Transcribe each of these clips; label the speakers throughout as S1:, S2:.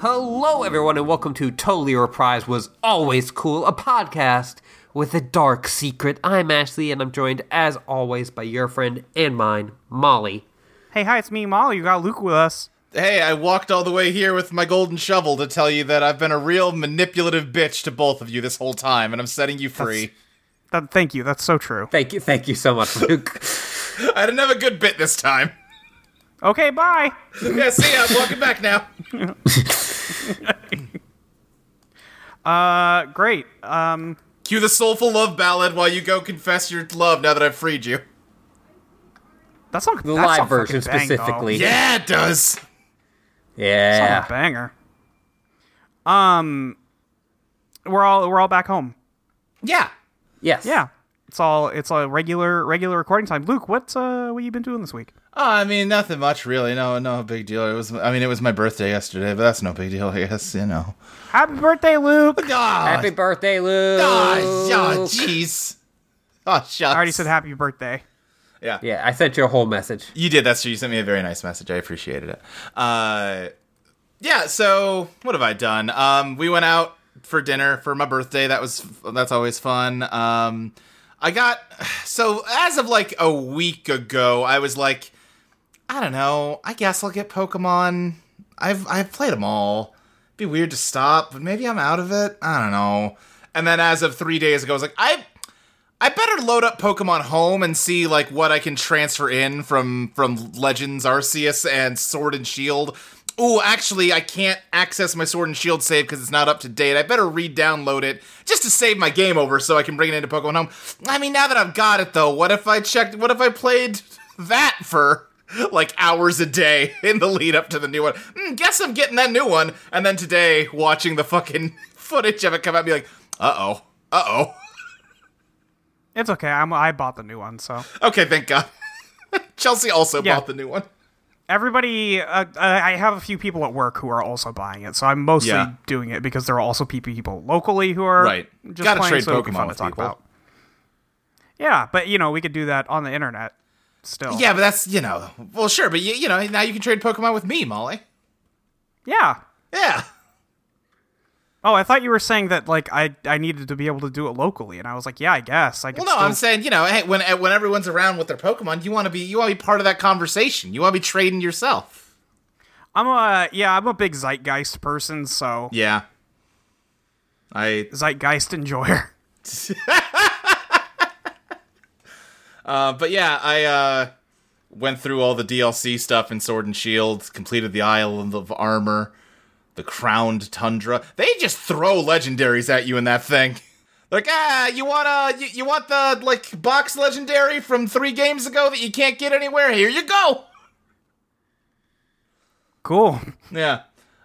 S1: Hello, everyone, and welcome to Totally Reprise Was Always Cool, a podcast with a dark secret. I'm Ashley, and I'm joined, as always, by your friend and mine, Molly.
S2: Hey, hi, it's me, Molly. You got Luke with us.
S3: Hey, I walked all the way here with my golden shovel to tell you that I've been a real manipulative bitch to both of you this whole time, and I'm setting you free.
S2: That, thank you. That's so true.
S1: Thank you, thank you so much, Luke.
S3: I didn't have a good bit this time.
S2: Okay, bye.
S3: yeah, see ya. I'm walking back now.
S2: Uh, great. Um,
S3: Cue the soulful love ballad while you go confess your love now that I've freed you.
S2: that's not
S1: The live version specifically.
S3: Yeah, it does.
S1: Yeah.
S2: banger. Um, we're all we're all back home.
S3: Yeah.
S1: Yes.
S2: Yeah, it's all it's all regular regular recording time. Luke, what's uh what you been doing this week?
S3: Oh, I mean, nothing much really. No, no big deal. It was. I mean, it was my birthday yesterday, but that's no big deal. I guess you know.
S2: Happy birthday, Luke!
S3: Ah,
S1: Happy birthday, Luke.
S3: ah, yeah, jeez. Oh, shucks.
S2: I already said happy birthday.
S3: Yeah.
S1: yeah, I sent you a whole message.
S3: You did. That's true. You sent me a very nice message. I appreciated it. Uh, yeah. So what have I done? Um, we went out for dinner for my birthday. That was that's always fun. Um, I got so as of like a week ago, I was like, I don't know. I guess I'll get Pokemon. I've I've played them all. It'd be weird to stop, but maybe I'm out of it. I don't know. And then as of three days ago, I was like, I I better load up Pokemon Home and see like what I can transfer in from from Legends Arceus and Sword and Shield. Ooh, actually, I can't access my Sword and Shield save because it's not up to date. I better re-download it just to save my game over so I can bring it into Pokemon Home. I mean, now that I've got it though, what if I checked? What if I played that for like hours a day in the lead up to the new one? Mm, guess I'm getting that new one. And then today, watching the fucking footage of it come out, and be like, uh oh, uh oh.
S2: It's okay. I'm I bought the new one, so
S3: Okay, thank God. Chelsea also
S2: Yeah.
S3: bought the new one.
S2: everybody. Uh, I I have a few people at work who are also buying it, so I'm mostly
S3: Yeah.
S2: doing it because there are also pe- people locally who are
S3: Right.
S2: Just
S3: Gotta
S2: playing,
S3: trade
S2: so it'd be
S3: Pokemon
S2: fun
S3: with
S2: to talk
S3: people.
S2: about. Yeah, but you know we could do that on the internet still.
S3: Yeah, but that's you know, well, sure, but you, you know, now you can trade Pokemon with me, Molly.
S2: yeah.
S3: Yeah.
S2: Oh, I thought you were saying that like I I needed to be able to do it locally, and I was like, yeah, I guess I could.
S3: Well, no,
S2: still-
S3: I'm saying you know, hey, when eh, when everyone's around with their Pokemon, you want to be you want to be part of that conversation. You want to be trading yourself.
S2: I'm a yeah, I'm a big zeitgeist person, so
S3: Yeah. I
S2: zeitgeist enjoyer.
S3: Uh, but yeah, I uh, went through all the DLC stuff in Sword and Shield, completed the Island of Armor, the Crowned Tundra. They just throw legendaries at you in that thing. Like, ah, you wanna, you, you want the like box legendary from three games ago that you can't get anywhere? Here you go.
S2: Cool.
S3: Yeah.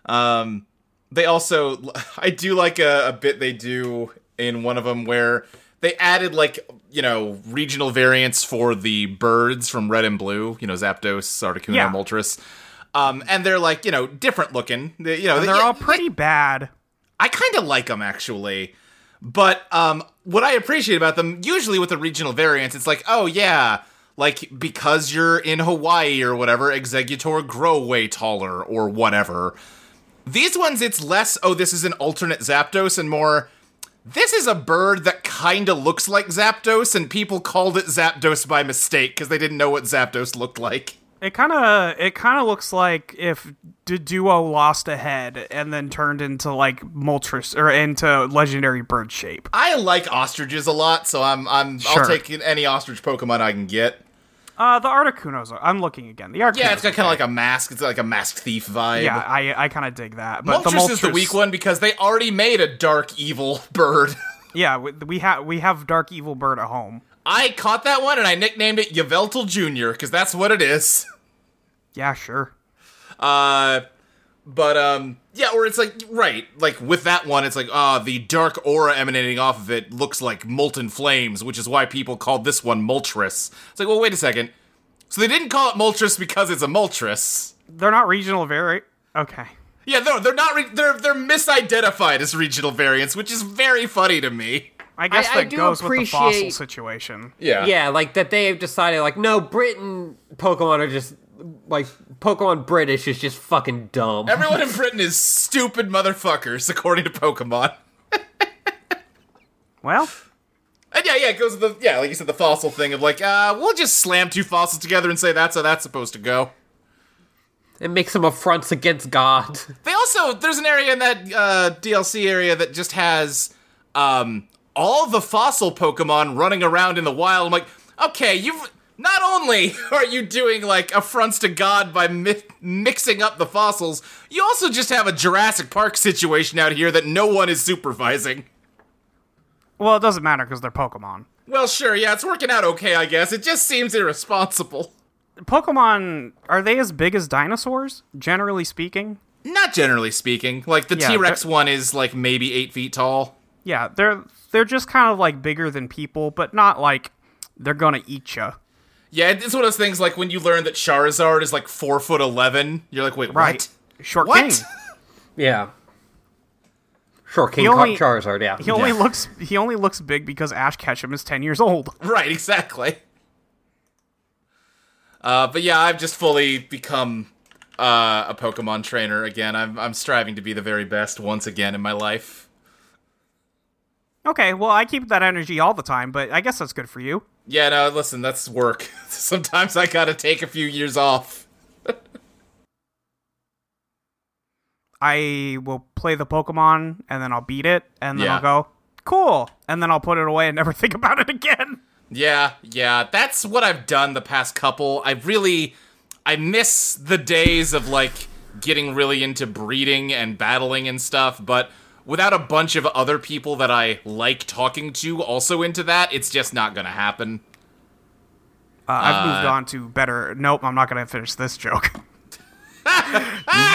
S3: Um, they also, I do like a, a bit they do in one of them where they added like you know regional variants for the birds from Red and Blue. You know, Zapdos, Articuno,
S2: Yeah.
S3: Moltres. Um, and they're like you know different looking. They, you know,
S2: They're
S3: yeah,
S2: all pretty bad.
S3: I kind of like them actually. But um, what I appreciate about them, usually with the regional variants, it's like, oh yeah, like because you're in Hawaii or whatever, Executor grow way taller or whatever. These ones, it's less, oh, this is an alternate Zapdos, and more, this is a bird that kind of looks like Zapdos, and people called it Zapdos by mistake because they didn't know what Zapdos looked like.
S2: It kind of it kind of looks like if D- Duo lost a head and then turned into like Moltres or into legendary bird shape.
S3: I like ostriches a lot, so I'm, I'm,
S2: Sure.
S3: I'll take any ostrich Pokemon I can get.
S2: Uh, the Articuno's. I'm looking again. The Articuno's.
S3: Yeah, it's got kind of like a mask. It's like a masked thief vibe.
S2: Yeah, I, I kind of dig that. But
S3: Moltres,
S2: the Moltres
S3: is the weak one because they already made a dark evil bird.
S2: Yeah, we, we have we have Dark Evil Bird at home.
S3: I caught that one and I nicknamed it Yveltal Junior because that's what it is.
S2: Yeah, sure.
S3: Uh, but um, yeah, or it's like right, like with that one, it's like ah, the dark aura emanating off of it looks like molten flames, which is why people call this one Moltres. It's like, well, wait a second. So they didn't call it Moltres because it's a Moltres.
S2: They're not regional vari. Okay.
S3: Yeah, no, they're not. Re- they're they're misidentified as regional variants, which is very funny to me.
S2: I guess
S1: I
S2: that
S1: do
S2: goes with the fossil
S1: appreciate-
S2: situation.
S3: Yeah,
S1: Yeah, like that they've decided like no, Britain Pokemon are just like Pokemon British is just fucking dumb.
S3: Everyone in Britain is stupid motherfuckers, according to Pokemon.
S2: Well,
S3: And yeah, yeah, it goes with the yeah, like you said, the fossil thing of like, uh, we'll just slam two fossils together and say that's how that's supposed to go.
S1: It makes them affronts against God.
S3: They also there's an area in that uh, DLC area that just has um, all the fossil Pokemon running around in the wild. I'm like, okay, you've not only are you doing like affronts to God by mi- mixing up the fossils, you also just have a Jurassic Park situation out here that no one is supervising.
S2: well, it doesn't matter because they're Pokemon.
S3: Well, sure, yeah, it's working out okay, I guess. It just seems irresponsible.
S2: Pokemon are they as big as dinosaurs? Generally speaking,
S3: Not generally speaking. Like the
S2: Yeah,
S3: T Rex
S2: but-
S3: one is like maybe eight feet tall.
S2: yeah, they're they're just kind of like bigger than people, but not like they're gonna eat you.
S3: Yeah, it's one of those things like when you learn that Charizard is like four foot eleven, you're like, wait,
S2: Right. Short
S3: what?
S2: king.
S3: What?
S1: Yeah. Sure, King
S2: He
S1: Char-
S2: only-
S1: Charizard. Yeah.
S2: He only
S3: Yeah.
S2: looks he only looks big because Ash Ketchum is ten years old.
S3: right, exactly. Uh, but yeah, I've just fully become uh, a Pokemon trainer again. I'm I'm striving to be the very best once again in my life.
S2: Okay, well I keep that energy all the time, but I guess that's good for you.
S3: Yeah, no, listen, that's work. Sometimes I gotta take a few years off.
S2: I will play the Pokemon and then I'll beat it and then
S3: Yeah.
S2: I'll go cool and then I'll put it away and never think about it again.
S3: Yeah, yeah, that's what I've done the past couple. I really, I miss the days of like getting really into breeding and battling and stuff, but without a bunch of other people that I like talking to also into that, it's just not gonna happen.
S2: Uh, I've moved on to better. Nope, I'm not gonna finish this joke.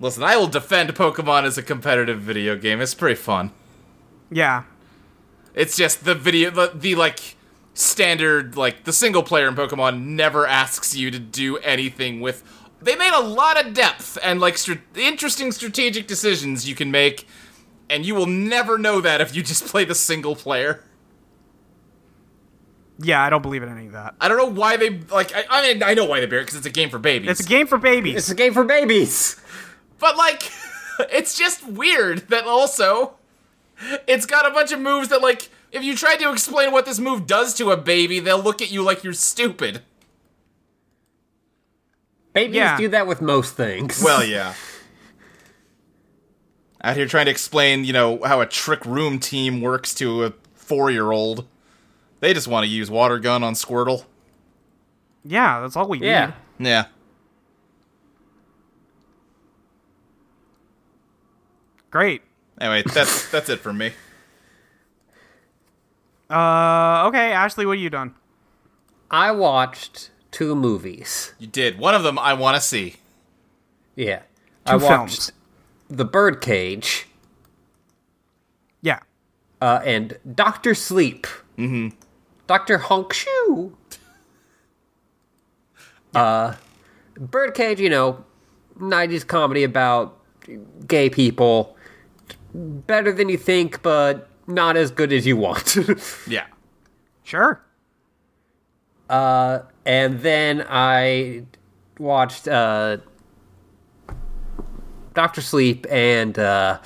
S3: Listen, I will defend Pokemon as a competitive video game. It's pretty fun.
S2: yeah,
S3: It's just the video, the, the like standard, like the single player in Pokemon never asks you to do anything with. They made a lot of depth and like str interesting strategic decisions you can make, and you will never know that if you just play the single player.
S2: yeah, I don't believe in any of that.
S3: I don't know why they like. I, I mean, I know why they bear it because it's a game for babies.
S2: It's a game for
S1: It's
S2: babies.
S1: a game for babies.
S3: But like, it's just weird that also, it's got a bunch of moves that like, if you try to explain what this move does to a baby, they'll look at you like you're stupid.
S1: Babies
S2: Yeah.
S1: do that with most things.
S3: Well, yeah. Out here trying to explain, you know, how a trick room team works to a four year old. They just want to use water gun on Squirtle.
S2: Yeah, that's all we
S1: yeah.
S2: need.
S3: Yeah.
S2: Great.
S3: Anyway, that's that's it for me.
S2: Uh, okay, Ashley, what have you done?
S1: I watched two movies.
S3: You did. One of them I want to see.
S1: Yeah.
S2: Two
S1: I watched
S2: films.
S1: The Birdcage
S2: Yeah.
S1: uh, and Doctor Sleep. Mm-hmm. Doctor Honk Shoo. Uh, Birdcage, you know, '90s comedy about gay people. Better than you think, but not as good as you want.
S3: Yeah.
S2: Sure.
S1: and then I watched uh, Doctor Sleep, and uh,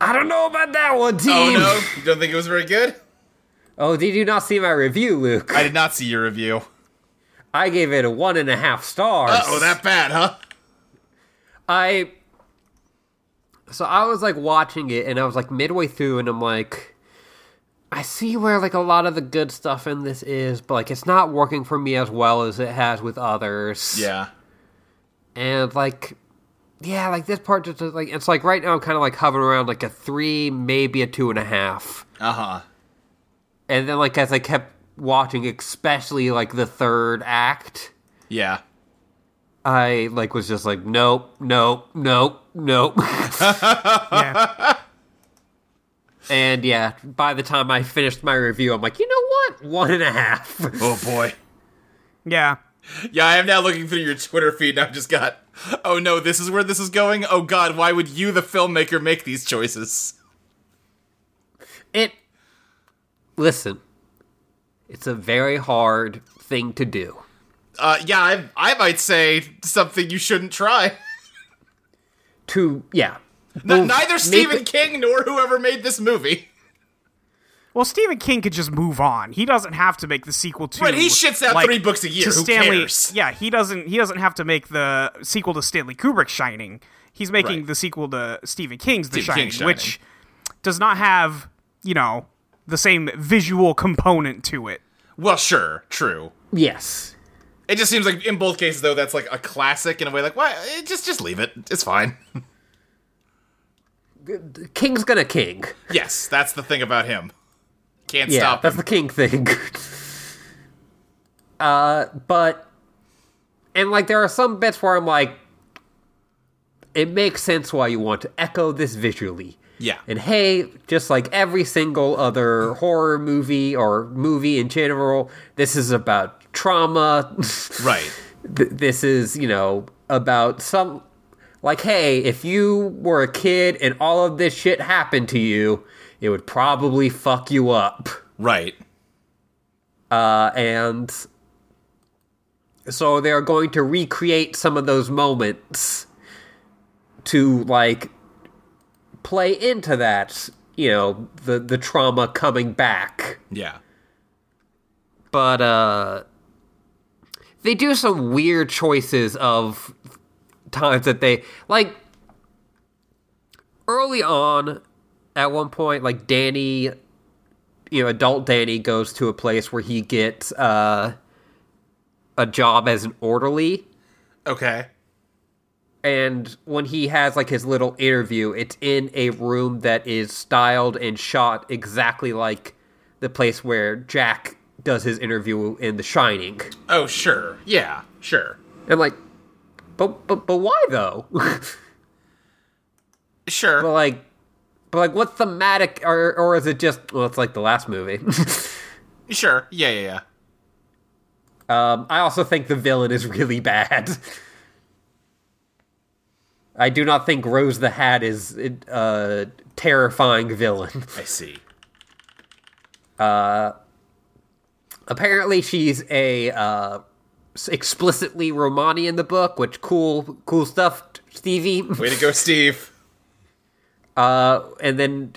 S1: I don't know about that one,
S3: Oh
S1: team.
S3: no, you don't think it was very good?
S1: Oh, did you not see my review, Luke?
S3: I did not see your review.
S1: I gave it a one and a half stars.
S3: Uh oh, that bad, huh?
S1: I. So I was like watching it, and I was like midway through, and I'm like, I see where like a lot of the good stuff in this is, but like it's not working for me as well as it has with others.
S3: Yeah.
S1: And like yeah, like this part just like it's like right now I'm kinda like hovering around like a three, maybe a two and a half.
S3: Uh huh.
S1: And then like as I kept watching, especially like the third act,
S3: Yeah.
S1: I like was just like, nope, nope, nope, nope.
S2: Yeah.
S1: and yeah, by the time I finished my review, I'm like, you know what? One and a half.
S3: Oh boy.
S2: yeah.
S3: Yeah, I am now looking through your Twitter feed and I've just got, oh no, this is where this is going? Oh god, why would you, the filmmaker, make these choices?
S1: It. Listen, it's a very hard thing to do.
S3: Uh, yeah, I, I might say something you shouldn't try.
S1: To yeah,
S3: N-
S1: Both
S3: Neither
S1: make
S3: Stephen
S1: the-
S3: King nor whoever made this movie.
S2: Well, Stephen King could just move on. He doesn't have to make the sequel to.
S3: But he shits out
S2: like,
S3: three books a year.
S2: to
S3: Who
S2: Stanley.
S3: cares?
S2: Yeah, he doesn't. He doesn't have to make the sequel to Stanley Kubrick's Shining. He's making
S3: Right.
S2: the sequel to Stephen King's The
S3: Stephen
S2: Shining,
S3: King's
S2: which does not have you know the same visual component to it.
S3: Well, sure, true.
S1: yes,
S3: It just seems like in both cases though, that's like a classic in a way. Like, why? eh, Just just leave it. It's fine.
S1: King's gonna king.
S3: yes, that's the thing about him. Can't
S1: Yeah,
S3: stop
S1: that's
S3: him.
S1: the king thing. uh, but and like there are some bits where I'm like, it makes sense why you want to echo this visually.
S3: Yeah.
S1: And hey, just like every single other horror movie or movie in general, this is about trauma.
S3: Right.
S1: Th- this is, you know, about some. Like, hey, if you were a kid and all of this shit happened to you, it would probably fuck you up.
S3: Right.
S1: Uh, and so they're going to recreate some of those moments to like play into that you know the the trauma coming back
S3: Yeah.
S1: but uh they do some weird choices of times that they like early on at one point like danny you know adult danny goes to a place where he gets uh a job as an orderly
S3: Okay.
S1: and when he has like his little interview it's in a room that is styled and shot exactly like the place where jack does his interview in the shining
S3: Oh, sure. Yeah, sure.
S1: and like but but but why though but
S3: Sure.
S1: like but like what thematic or or is it just well it's like the last movie
S3: sure. Yeah, yeah, yeah.
S1: um i also think the villain is really bad i do not think rose the hat is uh terrifying villain
S3: I see.
S1: apparently she's a uh explicitly romani in the book which cool cool stuff stevie
S3: Way to go, Steve.
S1: uh and then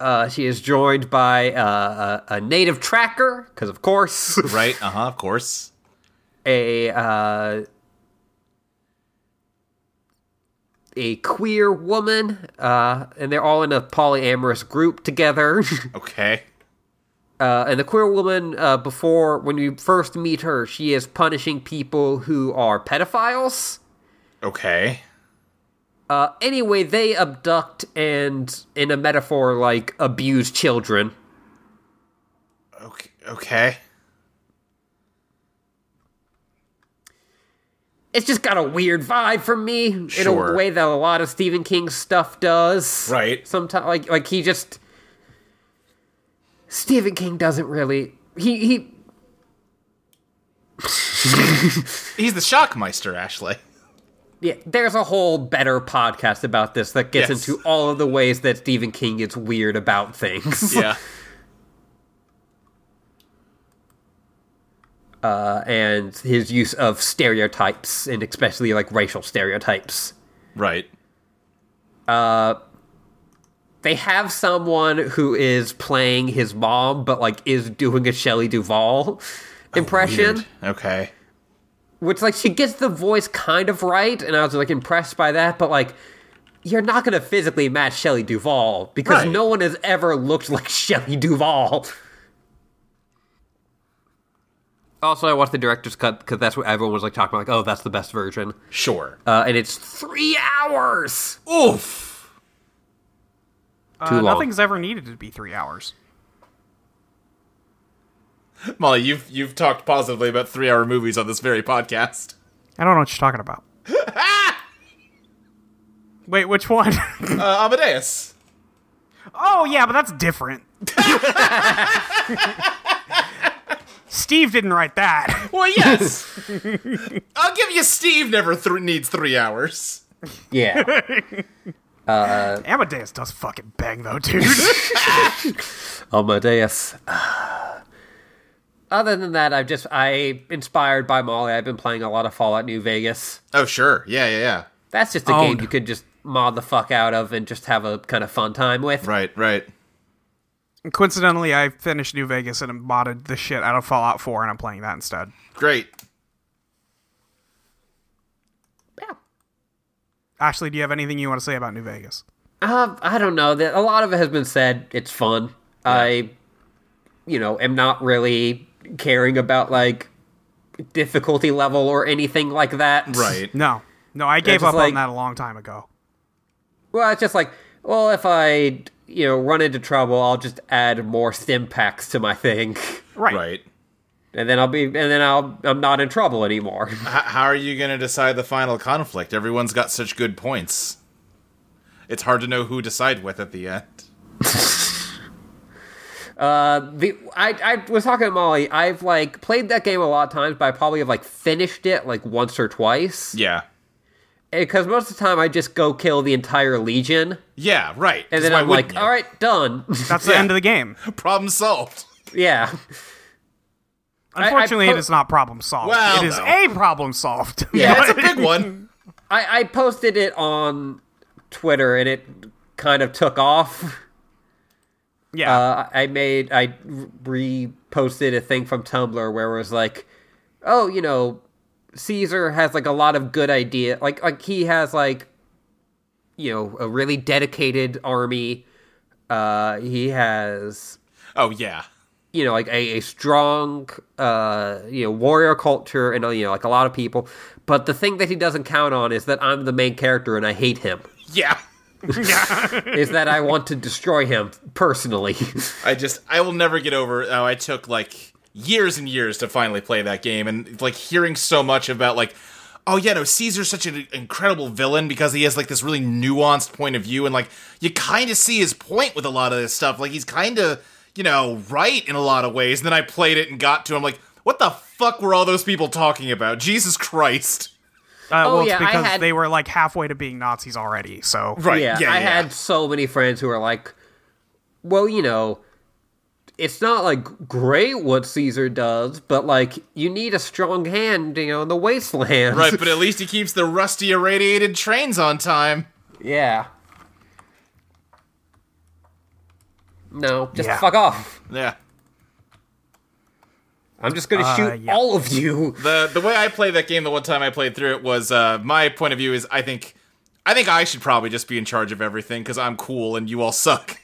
S1: uh she is joined by uh, a, a native tracker because of course
S3: Right? Uh huh. Of course.
S1: a uh a queer woman uh and they're all in a polyamorous group together
S3: Okay.
S1: Uh, and the queer woman, uh, before when you first meet her, she is punishing people who are pedophiles.
S3: Okay.
S1: Uh, anyway, they abduct and, in a metaphor, like abuse children.
S3: Okay. Okay.
S1: It's just got a weird vibe for me in
S3: Sure.
S1: a way that a lot of Stephen King's stuff does.
S3: Right.
S1: Sometimes, like, like he just Stephen King doesn't really he he
S3: He's the Shockmeister, Ashley.
S1: Yeah, there's a whole better podcast about this that gets
S3: Yes.
S1: into all of the ways that Stephen King gets weird about things.
S3: Yeah.
S1: Uh, and his use of stereotypes, and especially like racial stereotypes.
S3: right.
S1: They have someone who is playing his mom, but like is doing a Shelley Duvall impression,
S3: Oh, Weird. Okay.
S1: which like she gets the voice kind of right, and I was like impressed by that, but like you're not going to physically match Shelley Duvall because
S3: Right.
S1: no one has ever looked like Shelley Duvall. Also, I watched the director's cut because that's what everyone was like talking about. Like, oh, that's the best version,
S3: Sure.
S1: uh, and it's three hours.
S3: Oof.
S1: Too
S2: Uh,
S1: long.
S2: nothing's ever needed to be three hours.
S3: Molly, you've you've talked positively about three hour movies on this very podcast.
S2: I don't know what you're talking about. Wait, which one?
S3: Uh, Amadeus.
S2: oh yeah, but that's different. Steve didn't write that.
S3: Well, yes. I'll give you Steve. Never th- needs three hours.
S1: Yeah,
S2: Amadeus does fucking bang though, dude.
S1: Amadeus. Other than that, I've just I inspired by Molly. I've been playing a lot of Fallout New Vegas.
S3: Oh, sure. Yeah, yeah, yeah.
S1: That's just a game
S2: Owned.
S1: you could just mod the fuck out of and just have a kind of fun time with.
S3: Right, right.
S2: Coincidentally, I finished New Vegas and modded the shit out of Fallout 4, and I'm playing that instead.
S3: Great.
S1: Yeah.
S2: Ashley, do you have anything you want to say about New Vegas?
S1: Uh, I don't know. That a lot of it has been said. It's fun. I, you know, am not really caring about like difficulty level or anything like that.
S3: Right.
S2: No, no, I gave
S1: just
S2: up
S1: like-
S2: on that a long time ago.
S1: Well, it's just like, well, if I, you know, run into trouble, I'll just add more stim packs to my thing,
S2: Right.
S3: Right.
S1: and then I'll be, and then I'll, I'm not in trouble anymore.
S3: H- how are you going to decide the final conflict? Everyone's got such good points. It's hard to know who to side with at the end.
S1: The I, I was talking to Molly. I've like played that game a lot of times, but I probably have like finished it like once or twice.
S3: Yeah.
S1: Because most of the time, I just go kill the entire legion,
S3: Yeah, right.
S1: and then I'm like, all right, done.
S2: That's the
S3: Yeah.
S2: end of the game.
S3: problem solved.
S1: yeah, I
S2: Unfortunately,
S1: po-
S2: it is not problem solved.
S3: Well,
S2: it is
S3: no.
S2: a problem solved.
S3: Yeah, it's a big one.
S1: I, I posted it on Twitter, and it kind of took off.
S2: yeah.
S1: Uh, I made I reposted a thing from Tumblr where it was like, oh, you know, Caesar has like a lot of good idea. Like like he has like, you know, a really dedicated army. Uh, he has
S3: Oh, yeah.
S1: you know like a, a strong uh you know warrior culture and uh, you know like a lot of people but the thing that he doesn't count on is that i'm the main character and i hate him
S3: Yeah.
S1: is that i want to destroy him personally
S3: I just, I will never get over how I took like years and years to finally play that game and like hearing so much about like, oh yeah, no, Caesar's such an incredible villain because he has like this really nuanced point of view and like you kind of see his point with a lot of this stuff. Like he's kind of, you know, right in a lot of ways. And then I played it and got to him like, what the fuck were all those people talking about? Jesus Christ.
S2: Uh,
S1: oh,
S2: well, it's
S1: yeah, I
S2: because
S1: had-
S2: they were like halfway to being Nazis already. So
S3: Right.
S1: yeah, I had so many friends who are like, well, you know, it's not like great what Caesar does, but like you need a strong hand, you know, in the wasteland.
S3: Right, but at least he keeps the rusty irradiated trains on time.
S1: Yeah. No, just
S2: Yeah.
S1: fuck off.
S3: Yeah.
S1: I'm just gonna shoot
S2: yeah.
S1: all of you.
S3: The the way I played that game the one time I played through it was uh my point of view is I think I think I should probably just be in charge of everything because I'm cool and you all suck.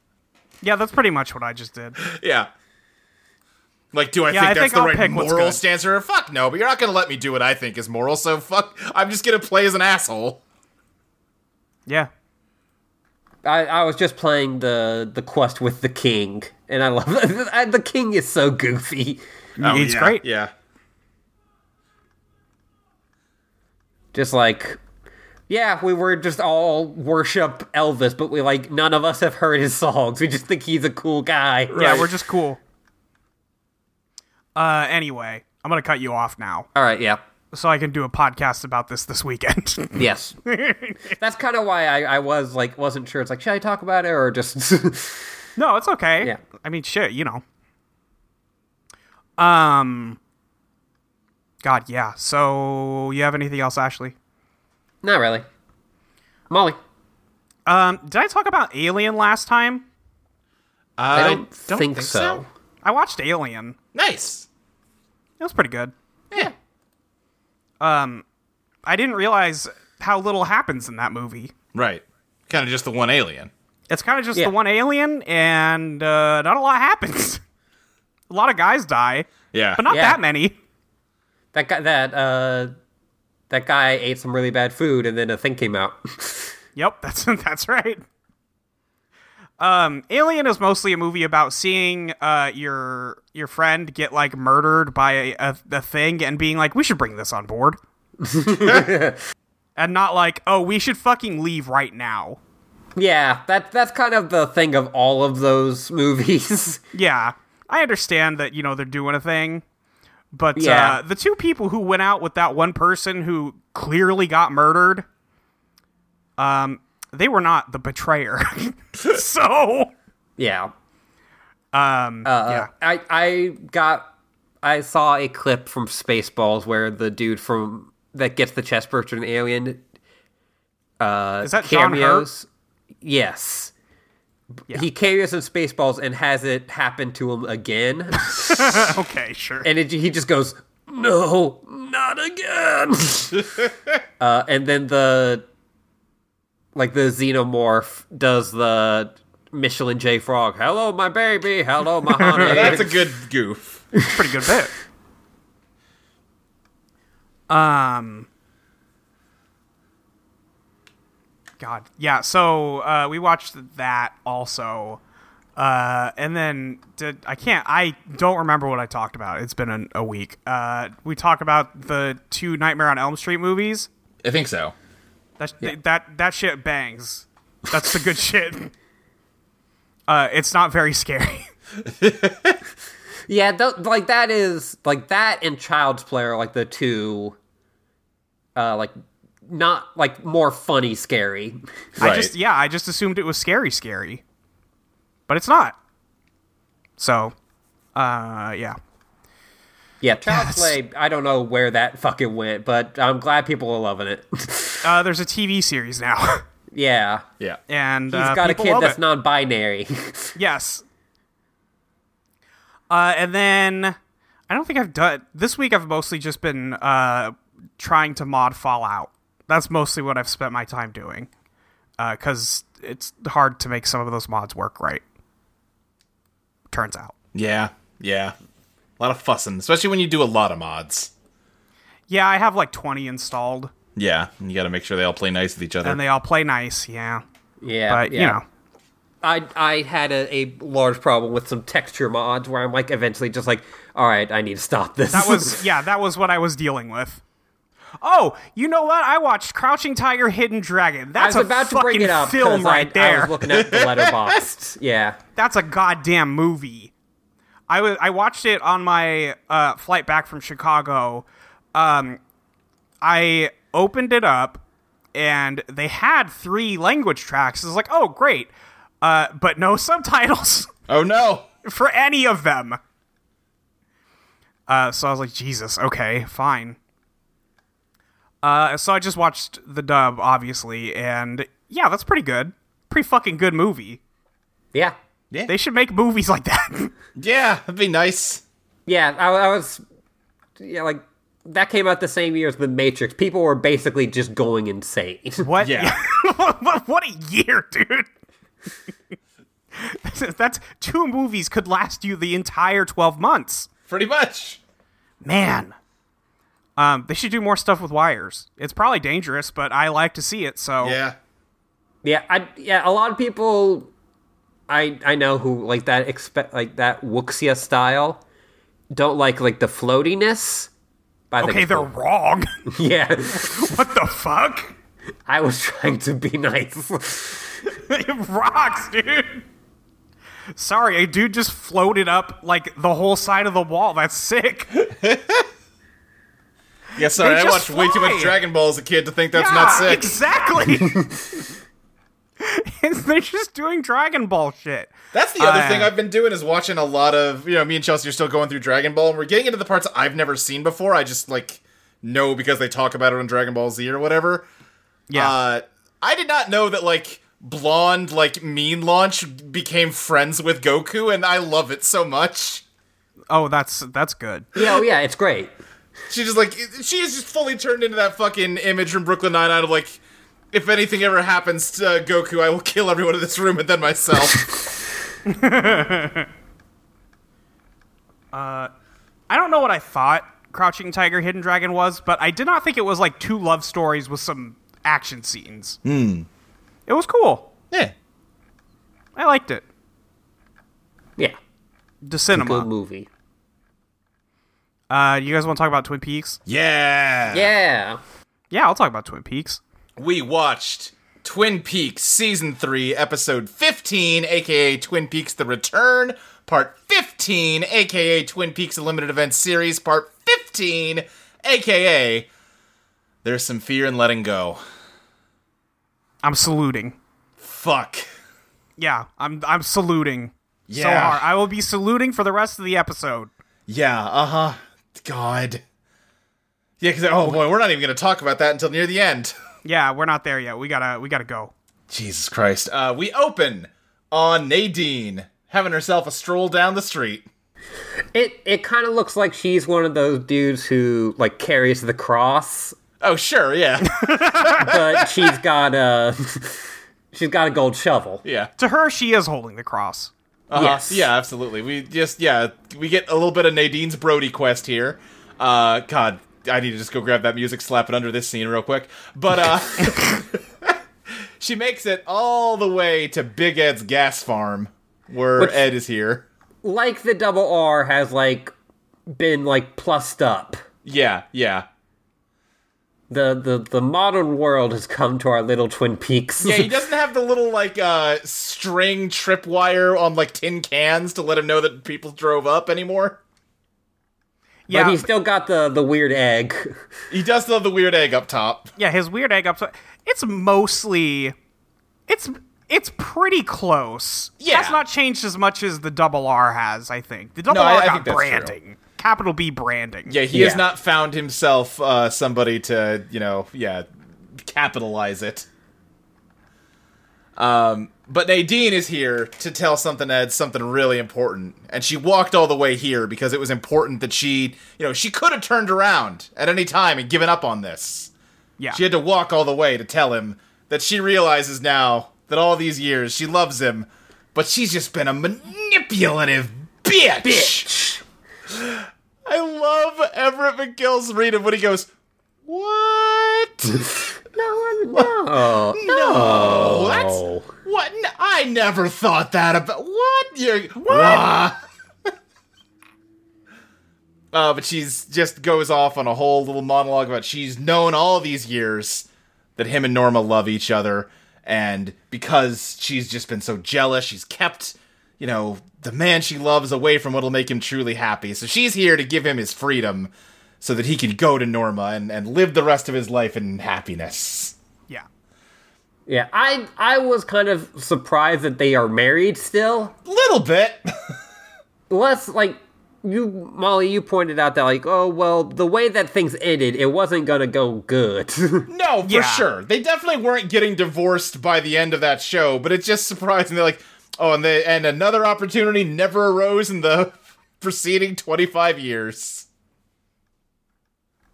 S2: yeah, that's pretty much what I just did.
S3: yeah. Like, do I
S2: Yeah,
S3: think
S2: I
S3: that's
S2: think
S3: the
S2: I'll
S3: right
S2: pick what's
S3: moral
S2: good.
S3: stance or fuck no, but you're not gonna let me do what I think is moral, so fuck I'm just gonna play as an asshole.
S2: Yeah.
S1: I, I was just playing the the quest with the king, and I love the king is so goofy.
S2: it's great.
S3: Oh, Yeah.
S1: just like yeah we were just all worship elvis but we like none of us have heard his songs we just think he's a cool guy
S2: Yeah, we're just cool. Uh, anyway, I'm gonna cut you off now
S1: all right yeah
S2: so I can do a podcast about this this weekend.
S1: yes that's kind of why I, I was like wasn't sure it's like should i talk about it or just
S2: no, it's okay.
S1: Yeah.
S2: I mean, shit, you know. Um. God, yeah. So, you have anything else, Ashley?
S1: not really molly
S2: Um, did I talk about Alien last time?
S1: i don't, think, so,
S2: I watched Alien.
S3: Nice.
S2: It was pretty good.
S1: yeah
S2: I didn't realize how little happens in that movie.
S3: Right. Kind of just the one alien.
S2: It's kind of just
S1: Yeah.
S2: the one alien, and uh, not a lot happens. a lot of guys die,
S3: Yeah.
S2: but not
S1: Yeah.
S2: that many.
S1: That guy that uh that guy ate some really bad food and then a thing came out.
S2: Yep, that's that's right. Um, Alien is mostly a movie about seeing uh, your your friend get like murdered by a, a, a thing and being like, we should bring this on board, and not like, oh, we should fucking leave right now.
S1: yeah, that that's kind of the thing of all of those movies.
S2: Yeah, I understand that you know they're doing a thing, but
S1: Yeah.
S2: uh, the two people who went out with that one person who clearly got murdered, um, they were not the betrayer. so
S1: yeah.
S2: um,
S1: Uh,
S2: yeah.
S1: I I got I saw a clip from Spaceballs where the dude from that gets the chest burster in Alien uh
S2: Is that John Hurt?
S1: cameos. yes. He cameos in Spaceballs and has it happen to him again.
S2: Okay, sure.
S1: and it, he just goes, "No, not again!" uh, and then the like the xenomorph does the Michelin J Frog, "Hello, my baby. Hello, my honey."
S3: That's a good goof.
S2: pretty good bit. Um. God, yeah. So uh, we watched that also, uh, and then did I can't I don't remember what I talked about. It's been an, a week. Uh, we talked about the two Nightmare on Elm Street movies.
S3: I think so.
S2: That that that shit bangs. That's the good shit. Uh, it's not very scary.
S1: yeah, th- like that is like that and Child's Play are like the two, uh, like not like more funny, scary.
S2: I just yeah, I just assumed it was scary, scary, but it's not. So, uh, yeah,
S1: Yeah, Child's Play. I don't know where that fucking went, but I'm glad people are loving it.
S2: uh, there's a TV series now,
S1: yeah,
S3: yeah.
S2: and
S1: he's
S2: uh,
S1: got a
S2: people
S1: kid
S2: love
S1: that's
S2: it.
S1: non-binary.
S2: yes. Uh, and then I don't think I've done this week. I've mostly just been uh trying to mod Fallout. That's mostly what I've spent my time doing, because it's hard to make some of those mods work right. Turns out.
S3: Yeah. Yeah. A lot of fussing, especially when you do a lot of mods.
S2: Yeah, I have like 20 installed.
S3: Yeah. And you got to make sure they all play nice with each other.
S2: and they all play nice. Yeah,
S1: Yeah,
S2: but
S1: yeah.
S2: you know,
S1: I I had a, a large problem with some texture mods where I'm like eventually just like, all right, I need to stop this.
S2: that was yeah, that was what I was dealing with. Oh, you know what? I watched Crouching Tiger, Hidden Dragon.
S1: I
S2: That's
S1: was about
S2: a
S1: to bring
S2: fucking
S1: it up 'cause
S2: film
S1: I-
S2: right
S1: I
S2: there.
S1: was looking at the letterbox. yeah,
S2: That's a goddamn movie. I was I watched it on my uh, flight back from Chicago. Um, I opened it up, and they had three language tracks. I was like, oh great, uh, but no subtitles.
S3: oh, no.
S2: for any of them. Uh, so I was like, Jesus, okay, fine. Uh, so I just watched the dub, obviously, and yeah, that's pretty good. Pretty fucking good movie.
S1: yeah,
S2: They should make movies like that.
S3: Yeah. That'd be nice.
S1: yeah. I, I was yeah like that came out the same year as the Matrix. People were basically just going insane.
S2: what?
S3: Yeah.
S2: what, what a year, dude. That's- that's two movies could last you the entire 12 months.
S3: Pretty much.
S2: Man. Um, they should do more stuff with wires. It's probably dangerous, but I like to see it, so
S3: Yeah.
S1: Yeah, I yeah, a lot of people I I know who like that expect like that Wuxia style don't like like the floatiness. But I think
S2: Okay,
S1: it's
S2: they're
S1: cool.
S2: wrong.
S1: yeah.
S2: what the fuck?
S1: I was trying to be nice.
S2: it rocks, dude. Sorry, a dude just floated up like the whole side of the wall. That's sick.
S3: Yeah, sorry.
S2: They
S3: I watched
S2: just
S3: way too
S2: fly.
S3: much Dragon Ball as a kid to think that's
S2: yeah,
S3: not sick.
S2: Exactly. It's- they're just doing Dragon Ball shit.
S3: That's the other
S2: Uh,
S3: thing I've been doing is watching a lot of you know me and Chelsea are still going through Dragon Ball and we're getting into the parts I've never seen before. I just like know because they talk about it on Dragon Ball Z or whatever.
S2: Yeah.
S3: Uh, I did not know that like blonde like mean launch became friends with Goku and I love it so much.
S2: oh, that's that's good.
S1: yeah, oh, yeah, it's great.
S3: She just like she is just fully turned into that fucking image from Brooklyn Nine Nine of like if anything ever happens to Goku, I will kill everyone in this room and then myself.
S2: I don't know what I thought Crouching Tiger, Hidden Dragon was, but I did not think it was like two love stories with some action scenes.
S3: Hmm.
S2: It was cool.
S3: yeah.
S2: I liked it.
S1: Yeah,
S2: The
S1: good
S2: cinema.
S1: movie.
S2: Uh, you guys want to talk about Twin Peaks?
S3: Yeah.
S1: Yeah,
S2: Yeah, I'll talk about Twin Peaks.
S3: We watched Twin Peaks Season 3, Episode 15, aka Twin Peaks The Return, Part 15, aka Twin Peaks A Limited Event Series, Part 15, aka There's Some Fear in Letting Go.
S2: I'm saluting.
S3: Fuck.
S2: Yeah, I'm I'm saluting so
S3: Yeah.
S2: hard. I will be saluting for the rest of the episode.
S3: Yeah, uh huh. God. Yeah, because, oh boy, we're not even going to talk about that until near the end.
S2: Yeah, we're not there yet. We gotta we gotta go.
S3: Jesus Christ. Uh, we open on Nadine having herself a stroll down the street.
S1: it it kind of looks like she's one of those dudes who like carries the cross,
S3: Oh, sure, yeah.
S1: but she's got a she's got a gold shovel.
S3: yeah.
S2: To her, she is holding the cross.
S3: Uh-huh.
S1: Yes.
S3: Yeah, absolutely. We just yeah, we get a little bit of Nadine's Brody quest here. Uh god, I need to just go grab that music, slap it under this scene real quick. But uh she makes it all the way to Big Ed's gas farm where
S1: Which-
S3: Ed is here.
S1: Like the double R has like been like plussed up.
S3: Yeah, yeah.
S1: The, the the modern world has come to our little Twin Peaks.
S3: Yeah, he doesn't have the little like uh string tripwire on like tin cans to let him know that people drove up anymore.
S2: Yeah,
S1: but he's still got the the weird egg.
S3: He does love the weird egg up top.
S2: yeah. His weird egg upside. It's mostly, it's it's pretty close.
S3: Yeah.
S2: that's not changed as much as the double R has. I think the double
S3: I-
S2: R
S3: I think
S2: got
S3: that's true.
S2: branding, capital B branding.
S3: Yeah, he has
S1: Yeah.
S3: not found himself uh, somebody to, you know, yeah, capitalize it. Um, but Nadine is here to tell something that's something really important, and she walked all the way here because it was important that she, you know, she could have turned around at any time and given up on this.
S2: yeah.
S3: She had to walk all the way to tell him that she realizes now that all these years she loves him, but she's just been a manipulative bitch. I love Everett McGill's read of when he goes, What?
S1: no, no,
S3: no, that's.
S1: no.
S3: What? N- I never thought that about. What? You're. What? uh, but she's just goes off on a whole little monologue about she's known all these years that him and Norma love each other, and because she's just been so jealous, she's kept, you know, the man she loves away from what'll make him truly happy. So she's here to give him his freedom so that he can go to Norma and, and live the rest of his life in happiness.
S2: yeah.
S1: Yeah, I I was kind of surprised that they are married still.
S3: Little bit.
S1: Less like you, Molly, you pointed out that like, oh well, the way that things ended, it wasn't gonna go good.
S3: No, for
S2: Yeah.
S3: sure. They definitely weren't getting divorced by the end of that show, but it's just surprising. They're like, oh, and they, and another opportunity never arose in the preceding 25 years.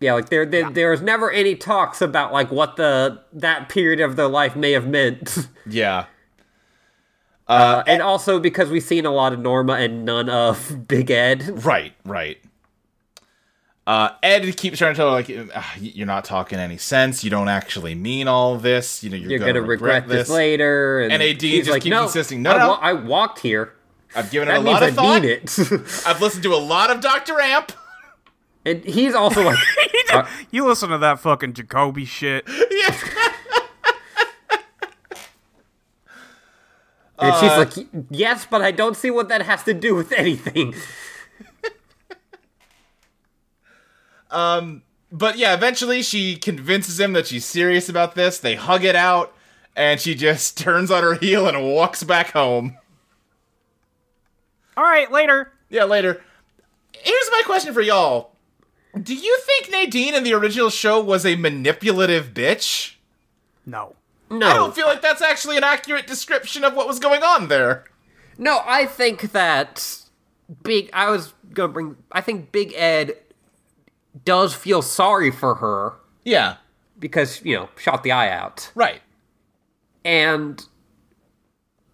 S1: yeah, like there, there there was never any talks about like what the that period of their life may have meant.
S3: Yeah.
S1: Uh, and also because we've seen a lot of Norma and none of Big Ed.
S3: Right, right. Uh, Ed keeps trying to tell her, like, "Ah, you're not talking any sense. You don't actually mean all this. You know, you're,
S1: You're
S3: going
S1: gonna
S3: to
S1: regret, this later. And,
S3: And AD
S1: he's
S3: just keeps insisting, "No,
S1: I,
S3: no."
S1: wa- I walked here.
S3: I've given it a
S1: That means
S3: lot
S1: I
S3: of thought.
S1: mean it."
S3: I've listened to a lot of Dr. Amp.
S1: and he's also like,
S2: He did- you listen to that fucking Jacoby shit.
S1: And she's
S3: Uh,
S1: like, yes, but I don't see what that has to do with anything.
S3: But yeah, eventually she convinces him that she's serious about this. They hug it out, and she just turns on her heel and walks back home.
S2: All right, later.
S3: Yeah, later. Here's my question for y'all Do you think Nadine in the original show was a manipulative bitch?
S2: No.
S1: No.
S3: I don't feel like that's actually an accurate description of what was going on there.
S1: no, I think that Big I was gonna bring I think Big Ed does feel sorry for her
S3: Yeah,
S1: because, you know, shot the eye out.
S3: right.
S1: and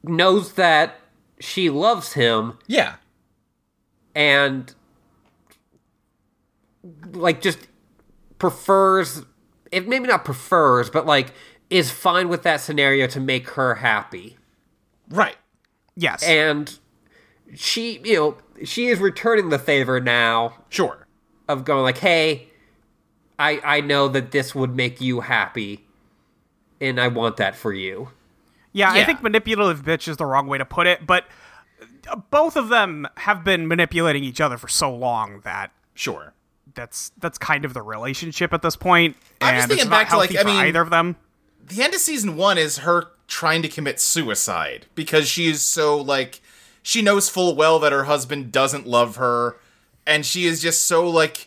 S1: knows that she loves him
S3: Yeah.
S1: and like just prefers if maybe not prefers but like is fine with that scenario to make her happy
S3: Right.
S2: Yes.
S1: and she you know she is returning the favor now
S3: Sure.
S1: of going like hey i i know that this would make you happy and i want that for you
S2: yeah, I
S3: yeah.
S2: think manipulative bitch is the wrong way to put it, but uh, both of them have been manipulating each other for so long that
S3: Sure.
S2: that's that's kind of the relationship at this point.
S3: I'm just
S2: and
S3: thinking
S2: it's not
S3: back to, like,
S2: healthy
S3: I
S2: for
S3: mean-
S2: either of them.
S3: the end of season one is her trying to commit suicide because she is so like she knows full well that her husband doesn't love her and she is just so like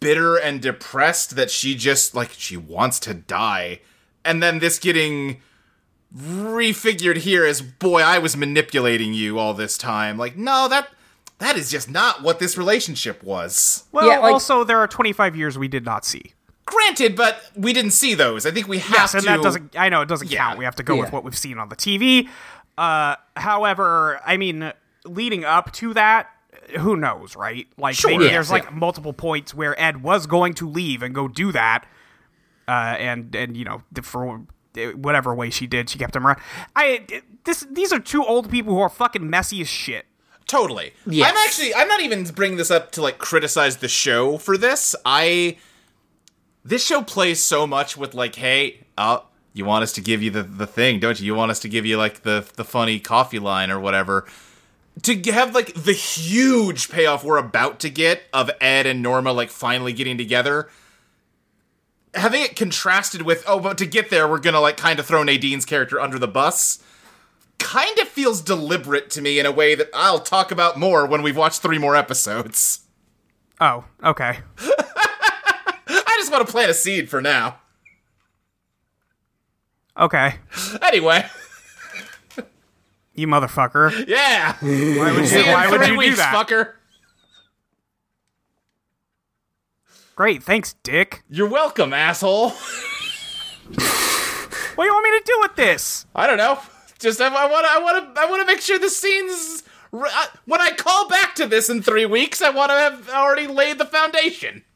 S3: bitter and depressed that she just like she wants to die and then this getting refigured here as boy i was manipulating you all this time like no that that is just not what this relationship was
S2: Well,
S1: Yeah, like-
S2: also there are 25 years we did not see.
S3: granted but we didn't see those i think we have
S2: Yes, and
S3: to
S2: that doesn't. I know it doesn't
S3: Yeah.
S2: count. We have to go
S1: Yeah.
S2: with what we've seen on the TV. Uh, however, I mean, leading up to that, who knows, right? Like
S3: Sure.
S2: maybe
S1: Yes,
S2: there's like
S1: yeah.
S2: multiple points where Ed was going to leave and go do that, uh, and and you know the- for whatever way she did, she kept him around. I this these are two old people who are fucking messy as shit.
S3: Totally.
S1: Yes.
S3: I'm actually I'm not even bringing this up to like criticize the show for this. I this show plays so much with like, hey, uh, you want us to give you the the thing, don't you? You want us to give you like the the funny coffee line or whatever. To g- have like the huge payoff we're about to get of Ed and Norma like finally getting together. Having it contrasted with, oh, but to get there, we're gonna like kind of throw Nadine's character under the bus kind of feels deliberate to me in a way that I'll talk about more when we've watched three more episodes.
S2: Oh, okay.
S3: I just want to plant a seed for now.
S2: Okay.
S3: Anyway,
S2: You motherfucker.
S3: yeah. Why would you,
S2: why would you do that?
S3: fucker?
S2: Great. Thanks, dick.
S3: You're welcome, asshole.
S2: What do you want me to do with this?
S3: I don't know. Just I want to I want to I want to make sure the scenes r- I- when I call back to this in 3 weeks, I want to have already laid the foundation.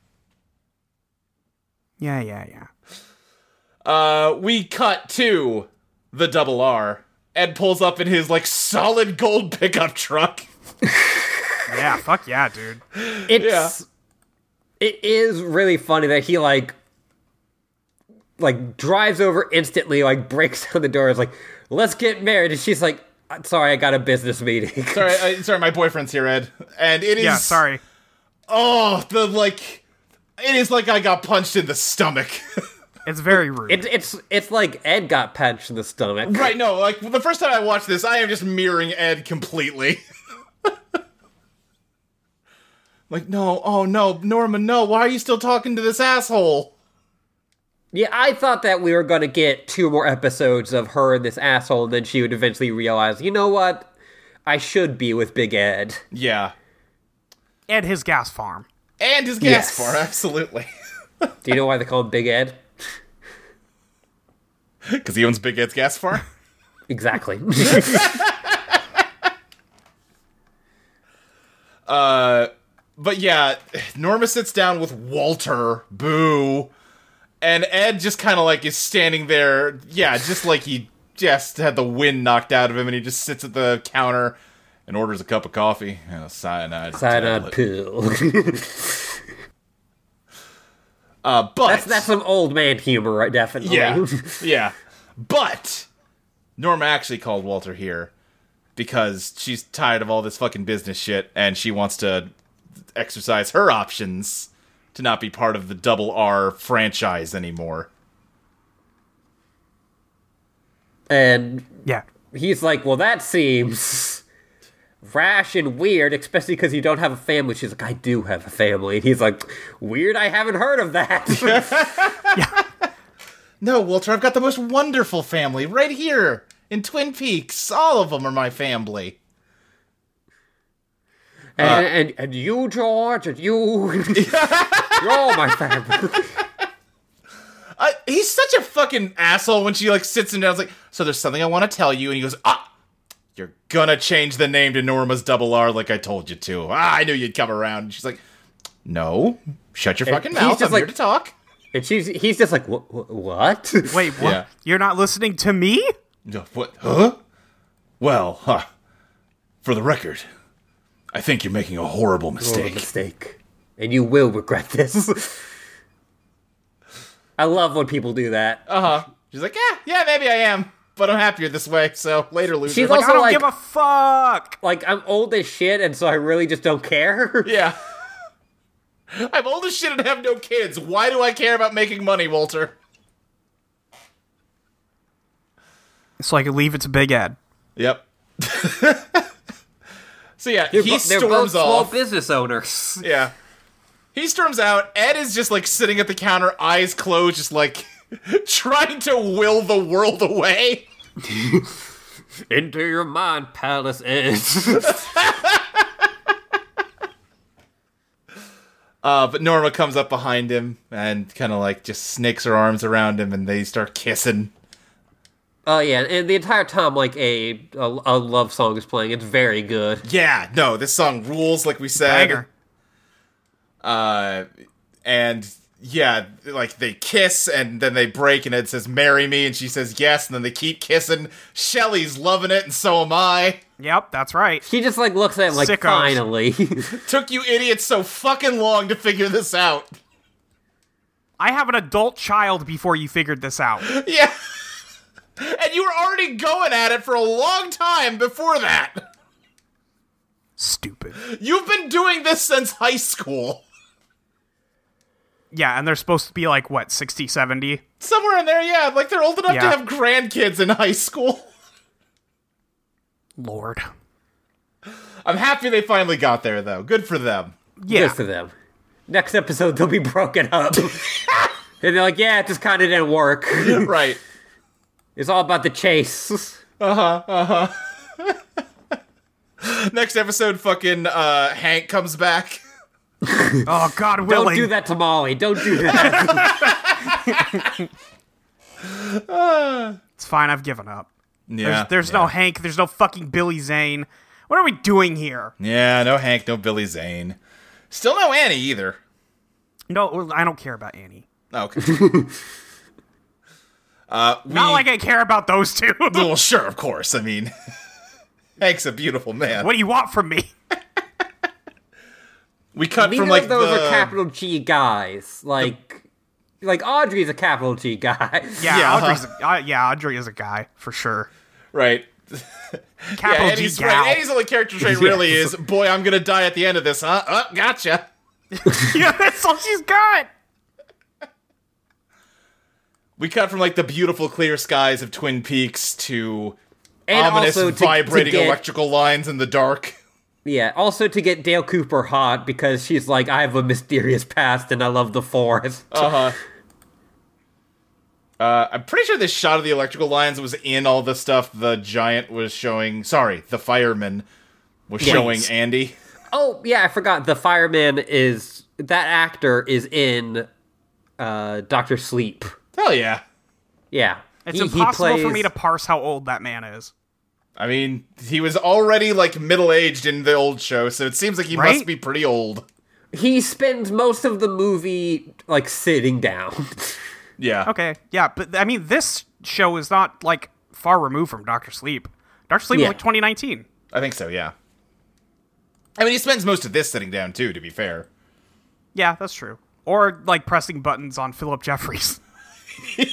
S2: Yeah, yeah, yeah.
S3: Uh, we cut to the double R. Ed pulls up in his like solid gold pickup truck.
S2: Yeah, fuck yeah, dude.
S1: it's it is really funny that he like like drives over instantly like breaks down the door is like let's get married and she's like "I'm sorry i got a business meeting
S3: Sorry, I, sorry, my boyfriend's here, Ed, and it is.
S2: Yeah, sorry.
S3: Oh, the like, it is like I got punched in the stomach.
S2: It's very rude.
S1: It's it's it's like ed got punched in the stomach
S3: right? No, like the first time I watched this, I am just mirroring Ed completely. like, no, oh no, Norma, no, why are you still talking to this asshole?
S1: yeah i thought that we were gonna get two more episodes of her and this asshole and then she would eventually realize you know what i should be with big ed
S3: Yeah,
S2: Ed his gas farm.
S3: and his
S1: Yes.
S3: gas bar, absolutely,
S1: do you know why they call him big ed
S3: because he owns Big Ed's gas bar.
S1: exactly
S3: But yeah, Norma sits down with Walter. Boo. And Ed just kind of like is standing there. Yeah, just like he just had the wind knocked out of him and he just sits at the counter and orders a cup of coffee and a cyanide.
S1: cyanide
S3: tablet.
S1: pill
S3: Uh, but
S1: that's that's some old man humor right definitely
S3: yeah, yeah. But Norma actually called Walter here because she's tired of all this fucking business shit and she wants to exercise her options to not be part of the double R franchise anymore.
S1: and
S2: Yeah.
S1: he's like, "Well, that seems rash and weird, especially because you don't have a family." She's like, "I do have a family." And he's like, "Weird, I haven't heard of
S3: Uh.
S1: that."
S3: No, Walter, I've got the most wonderful family right here in Twin Peaks. All of them are my family.
S1: and, and and you, George, and you, you're all my family.
S3: I, he's such a fucking asshole when she like sits him down. It's like, so there's something I want to tell you, and he goes, ah, you're gonna change the name to Norma's Double R, like I told you to. Ah, I knew you'd come around. And she's like, no, shut your fucking
S1: he's
S3: mouth.
S1: just
S3: I'm here
S1: like-
S3: to talk.
S1: And she's he's just like, "Wha- wha- what?
S2: Wait, what?
S3: Yeah.
S2: You're not listening to me?
S3: No, What? Huh? Well, huh. For the record, I think you're making a horrible
S1: It was a
S3: mistake.
S1: mistake. And you will regret this. I love when people do that.
S3: Uh huh. She's like, yeah, yeah, maybe I am, but I'm happier this way. So later, loser.
S1: She's
S2: Like,
S1: Also,
S2: I don't
S1: like-
S2: give a fuck.
S1: Like, I'm old as shit, and so I really just don't care.
S3: yeah. I'm old as shit and have no kids. Why do I care about making money, Walter?
S2: It's like leave it to Big Ed.
S3: Yep. so yeah,
S1: They're
S3: he
S1: bo- they're both
S3: storms
S1: small
S3: off.
S1: business owners.
S3: Yeah. He storms out. Ed is just like sitting at the counter, eyes closed, just like trying to will the world away.
S1: Into your mind, palace is.
S3: Uh, but Norma comes up behind him and kind of like just snakes her arms around him, and they start kissing.
S1: Oh yeah, and the entire time like a, a a love song is playing. It's very good.
S3: Yeah, no, this song rules, like we said.
S2: Banger.
S3: Uh, and yeah, like they kiss and then they break, and Ed says, Marry me, and she says yes, and then they keep kissing. Shelly's loving it, and so am I.
S2: Yep, that's right.
S1: She just like looks at him like
S2: Sickos.
S1: finally.
S3: Took you idiots so fucking long to figure this out.
S2: I have an adult child before you figured this out.
S3: Yeah. and you were already going at it for a long time before that.
S2: Stupid.
S3: You've been doing this since high school.
S2: Yeah, and they're supposed to be like what, 60, 70?
S3: Somewhere in there, yeah. Like they're old enough to
S2: Yeah.
S3: have grandkids in high school.
S2: Lord.
S3: I'm happy they finally got there, though. Good for them.
S2: Yeah.
S1: Good for them. Next episode they'll be broken up. and they're like, yeah, it just kind of didn't work.
S3: right.
S1: It's all about the chase.
S3: Next episode, fucking uh, Hank comes back.
S2: Oh God
S1: Don't
S2: willing.
S1: do that to Molly. Don't do that.
S2: It's fine, I've given up.
S3: Yeah.
S2: There's no Hank, there's no fucking Billy Zane. What are we doing here?
S3: Yeah, no Hank, no Billy Zane. Still no Annie either. Oh,
S2: No, I don't care about Annie.
S3: Okay.
S2: Not like I care about those two.
S3: well, sure, of course. I mean, Hank's a beautiful man.
S2: what do you want from me?
S3: We cut
S1: Neither
S3: from like
S1: of those
S3: the
S1: are capital G guys. Like, like Audrey's a capital G guy.
S2: Yeah,
S3: Yeah, uh-huh.
S2: Audrey's a, uh, yeah, Audrey is a guy for sure.
S3: right.
S2: Capital G
S3: Annie's,
S2: gal.
S3: right. Annie's only character trait really is, boy, I'm gonna die at the end of this, huh? Uh, gotcha.
S2: yeah, that's all she's got.
S3: We cut from like the beautiful clear skies of Twin Peaks to
S1: and
S3: ominous
S1: also to,
S3: vibrating
S1: to get,
S3: electrical lines in the dark.
S1: Yeah, also to get Dale Cooper hot because she's like, I have a mysterious past and I love the forest.
S3: Uh, I'm pretty sure this shot of the electrical lines was in all the stuff the giant was showing. Sorry, the fireman was
S1: Yeah.
S3: showing Andy.
S1: Oh yeah, I forgot. The fireman is that actor is in uh, Doctor Sleep.
S3: Hell yeah.
S1: Yeah,
S2: It's
S1: He- he
S2: impossible for
S1: plays-
S2: me to parse how old that man is.
S3: I mean, he was already like middle aged in the old show, so it seems like he
S2: Right?
S3: must be pretty old.
S1: He spends most of the movie like sitting down.
S3: Yeah.
S2: Okay, yeah, but I mean, this show is not like far removed from Doctor Sleep. Doctor Sleep
S1: Yeah.
S2: was like 2019.
S3: I think so, yeah. I mean, he spends most of this sitting down too, to be fair.
S2: Yeah, that's true. Or like pressing buttons on Philip Jeffries.
S3: God,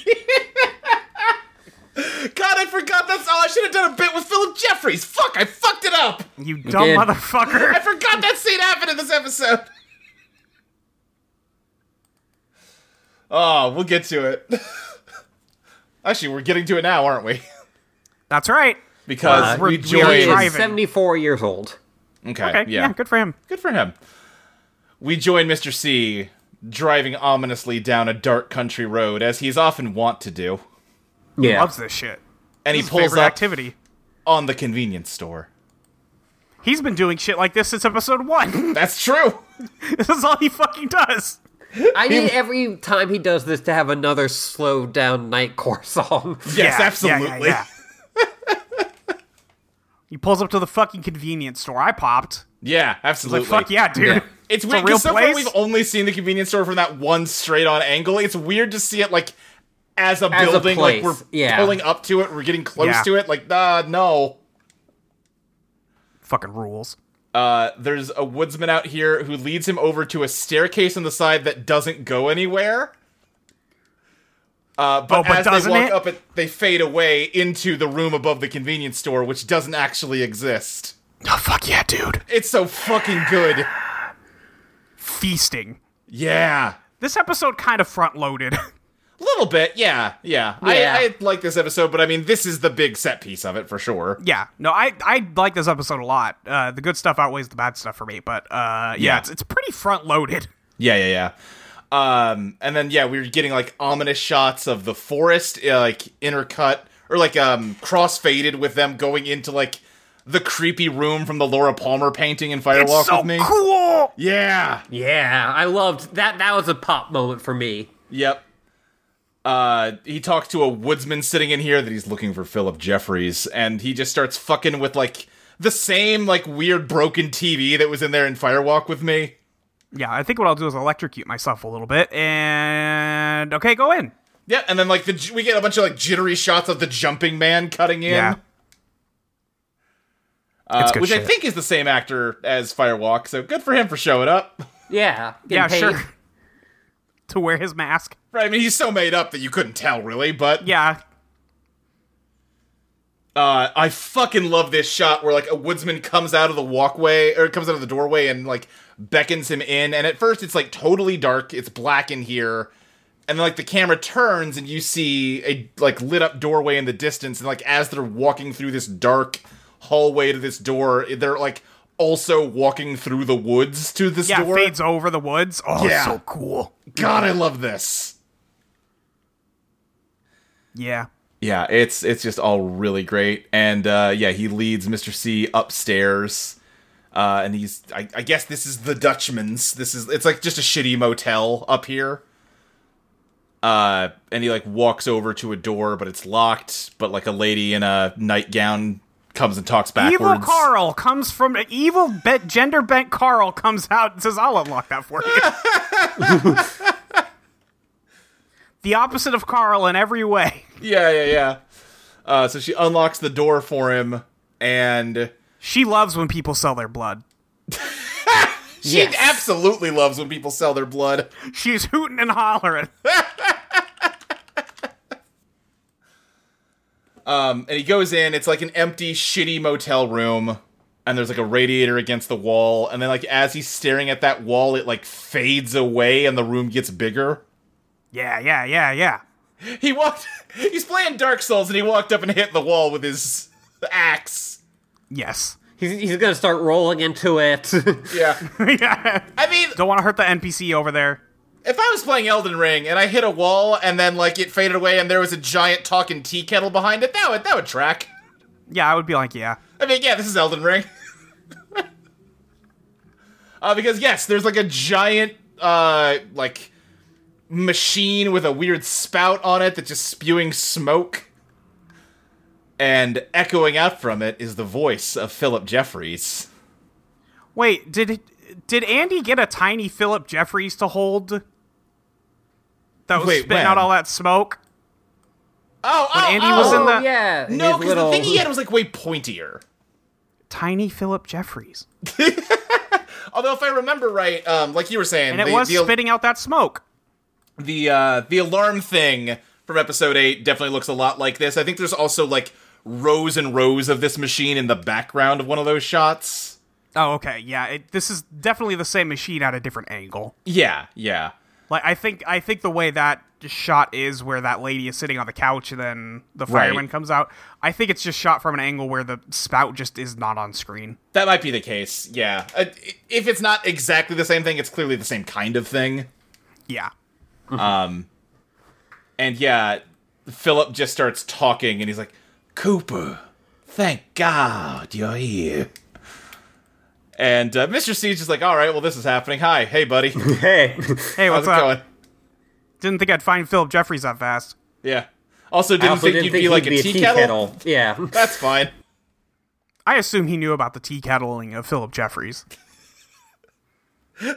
S3: I forgot that's all. I should have done a bit with Philip Jeffries. Fuck, I fucked it up.
S2: You dumb
S1: did.
S3: I
S2: motherfucker.
S3: forgot that scene happened in this episode. Oh, we'll get to it. Actually, we're getting to it now, aren't we?
S2: That's right.
S3: Because
S2: Uh, we're- we
S3: we
S2: are
S1: he
S3: join.
S2: driving.
S1: is seventy-four years old.
S3: Okay,
S2: Okay, yeah.
S3: yeah.
S2: good for him.
S3: Good for him. We join Mr. C driving ominously down a dark country road, as he's often wont to do.
S1: Yeah,
S2: Loves this shit.
S3: And he
S2: His
S3: pulls
S2: favorite
S3: up
S2: activity.
S3: on the convenience store.
S2: He's been doing shit like this since episode one.
S3: That's true.
S2: this is all he fucking does.
S1: I need every time he does this to have another slow down nightcore song.
S3: Yes,
S2: Yeah,
S3: absolutely.
S2: Yeah, yeah, yeah. he pulls up to the fucking convenience store. I popped.
S3: Yeah, absolutely.
S2: Like, fuck yeah, dude.
S3: It's
S2: a
S3: weird
S2: real
S3: because so far
S2: place.
S3: we've only seen the convenience store from that one straight on angle. It's weird to see it like as a
S1: As a
S3: building, like
S1: place,
S3: we're
S1: yeah.
S3: pulling up to it, we're getting close
S2: Yeah.
S3: to it. Like, nah, no.
S2: fucking rules.
S3: Uh, there's a woodsman out here who leads him over to a staircase on the side that doesn't go anywhere. Uh, but,
S2: Oh, but
S3: as they
S2: doesn't
S3: walk
S2: it?
S3: up, it they fade away into the room above the convenience store, which doesn't actually exist.
S2: Oh fuck yeah, dude.
S3: It's so fucking good.
S2: Feasting.
S3: Yeah.
S2: This episode kind of front loaded.
S3: A little bit, yeah, yeah.
S1: Yeah.
S3: I, I like this episode, but I mean, this is the big set piece of it for sure.
S2: yeah. No, I I like this episode a lot. Uh, the good stuff outweighs the bad stuff for me, but uh, yeah,
S3: Yeah.
S2: it's it's pretty front loaded.
S3: Yeah, yeah, yeah. Um, and then yeah, we were getting like ominous shots of the forest, uh, like intercut or like um crossfaded with them going into like the creepy room from the Laura Palmer painting in Firewalk
S2: It's so
S3: with Me.
S2: cool.
S3: Yeah,
S1: Yeah, I loved that. That was a pop moment for me.
S3: Yep. Uh, he talks to a woodsman sitting in here that he's looking for Philip Jeffries, and he just starts fucking with like the same like weird broken TV that was in there in Firewalk with me.
S2: Yeah, I think what I'll do is electrocute myself a little bit and okay, go in.
S3: Yeah, and then like the j- we get a bunch of like jittery shots of the jumping man cutting in,
S2: Yeah. it's
S3: uh, which I think is the same actor as Firewalk. So good for him for showing up.
S1: Yeah, getting
S2: yeah,
S1: paid.
S2: sure. to wear his mask.
S3: Right, I mean he's so made up that you couldn't tell really, but
S2: Yeah.
S3: Uh, I fucking love this shot where like a woodsman comes out of the walkway or comes out of the doorway and like beckons him in. And at first it's like totally dark, it's black in here, and then like the camera turns and you see a like lit up doorway in the distance. And like as they're walking through this dark hallway to this door, they're like also walking through the woods to this
S2: Yeah,
S3: door.
S2: fades over the woods. Oh, it's
S3: Yeah.
S2: so cool.
S3: God, I love this.
S2: Yeah.
S3: Yeah, it's it's just all really great, and uh, yeah, he leads Mister C upstairs, uh, and he's I, I guess this is the Dutchman's. This is it's like just a shitty motel up here. Uh, and he like walks over to a door, but it's locked. But like a lady in a nightgown comes and talks backwards.
S2: Evil Carl comes from evil bent gender bent Carl comes out and says, "I'll unlock that for you." the opposite of Carl in every way.
S3: Yeah, yeah, yeah. Uh, so she unlocks the door for him, and
S2: She loves when people sell their blood.
S3: she
S1: Yes.
S3: absolutely loves when people sell their blood.
S2: She's hooting and hollering.
S3: and he goes in. It's like an empty, shitty motel room, and there's like a radiator against the wall. And then, like as he's staring at that wall, it like fades away, and the room gets bigger.
S2: Yeah, yeah, yeah, yeah.
S3: He walked. he's playing Dark Souls, and he walked up and hit the wall with his axe.
S2: Yes.
S1: He's, he's gonna start rolling into it.
S3: Yeah.
S2: yeah.
S3: I mean,
S2: Don't want to hurt the NPC over there.
S3: if I was playing Elden Ring and I hit a wall and then like it faded away and there was a giant talking tea kettle behind it, that would that would track.
S2: Yeah, I would be like, yeah.
S3: I mean, yeah, this is Elden Ring. uh, because yes, there's like a giant uh like machine with a weird spout on it that's just spewing smoke. And echoing out from it is the voice of Philip Jeffries.
S2: Wait, did did Andy get a tiny Philip Jeffries to hold? That was
S3: Wait,
S2: spitting
S3: when?
S2: out all that smoke.
S3: Oh, oh,
S2: Andy
S3: oh!
S2: was in the-
S1: yeah,
S3: no,
S1: his
S3: because the thing he had was like way pointier.
S2: Tiny Philip Jeffries,
S3: Although, if I remember right, um, like you were saying,
S2: and it
S3: the,
S2: was
S3: the,
S2: spitting out that smoke.
S3: the uh the alarm thing from episode 8 definitely looks a lot like this. I think there's also like rows and rows of this machine in the background of one of those shots.
S2: Oh, okay, yeah. It, this is definitely the same machine at a different angle.
S3: Yeah, yeah.
S2: Like I think I think the way that shot is where that lady is sitting on the couch and then the fireman comes out. I think it's just shot from an angle where the spout just is not on screen.
S3: That might be the case. Yeah. Uh, i- if it's not exactly the same thing, it's clearly the same kind of thing.
S2: Yeah.
S3: And yeah, Philip just starts talking and he's like, "Cooper, thank God you're here." And uh, Mr. Siege is like, all right, well, this is happening. Hi, hey, buddy. How's
S1: Hey,
S2: Hey, what's
S3: it
S2: up?
S3: going?
S2: Didn't think I'd find Philip Jeffries that fast.
S3: Yeah. Also, didn't
S1: also
S3: think you'd be like
S1: he'd
S3: a tea, kettle.
S1: Yeah,
S3: That's fine.
S2: I assume he knew about the tea kettling of Philip Jeffries.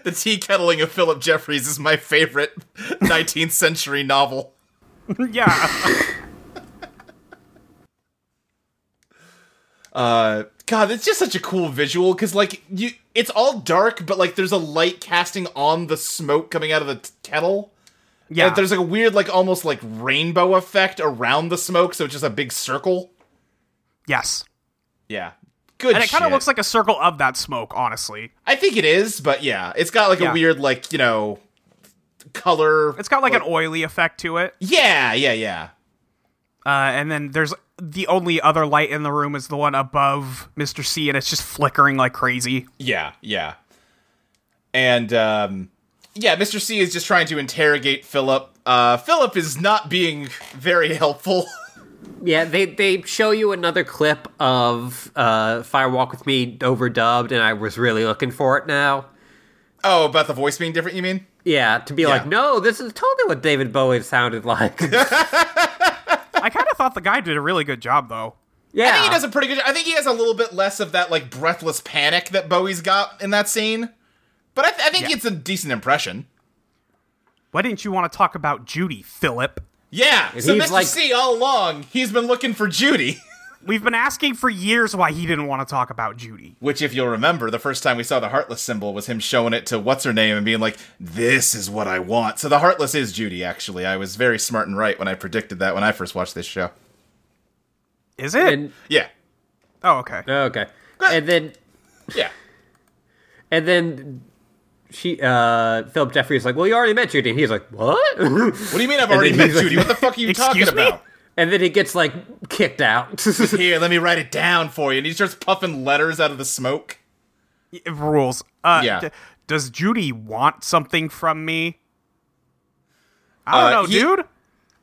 S3: The tea kettling of Philip Jeffries is my favorite 19th century novel.
S2: yeah.
S3: Uh, God, it's just such a cool visual because like you, it's all dark, but like there's a light casting on the smoke coming out of the t- kettle.
S2: Yeah.
S3: And there's like a weird, like almost like rainbow effect around the smoke, so it's just a big circle.
S2: yes.
S3: Yeah, good.
S2: And it kind of
S3: shit.
S2: looks like a circle of that smoke, honestly.
S3: I think it is, but yeah, it's got like
S2: Yeah.
S3: a weird, like you know, color.
S2: It's got like an oily effect to it.
S3: yeah, yeah, yeah.
S2: Uh, and then there's the only other light in the room is the one above Mr. C, and it's just flickering like crazy.
S3: Yeah, yeah. And um yeah, Mr. C is just trying to interrogate Philip. Uh Philip is not being very helpful.
S1: yeah. They they show you another clip of uh, Firewalk with Me overdubbed, and I was really looking for it now.
S3: oh, about the voice being different, you mean?
S1: Yeah, to be like, no, this is totally what David Bowie sounded like. yeah,
S2: I kind of thought the guy did a really good job, though.
S3: I think he does a pretty good I think he has a little bit less of that like breathless panic that Bowie's got in that scene. But I, th- I think
S2: Yeah.
S3: it's a decent impression.
S2: Why didn't you want to talk about Judy, Philip?
S3: Yeah. So
S1: he's
S3: Mr.
S1: like-
S3: C all along, he's been looking for Judy.
S2: We've been asking for years why he didn't want to talk about Judy.
S3: Which, if you'll remember, the first time we saw the Heartless symbol was him showing it to what's her name and being like, "This is what I want." So the Heartless is Judy. Actually, I was very smart and right when I predicted that when I first watched this show.
S2: Is it?
S1: And,
S3: Yeah,
S2: oh, okay.
S1: okay, and then
S3: yeah,
S1: and then she uh, Philip Jeffries is like, well, you already met Judy. And he's like, what?
S3: What do you mean I've
S1: And
S3: already
S1: then
S3: met
S1: he's like-
S3: Judy? What the fuck are you talking
S2: Excuse me?
S3: about?
S1: and then he gets like kicked out.
S3: Here, let me write it down for you. And he starts puffing letters out of the smoke.
S2: It rules. Uh,
S3: Yeah.
S2: d- does Judy want something from me? I don't
S3: Uh,
S2: know,
S3: he-
S2: dude.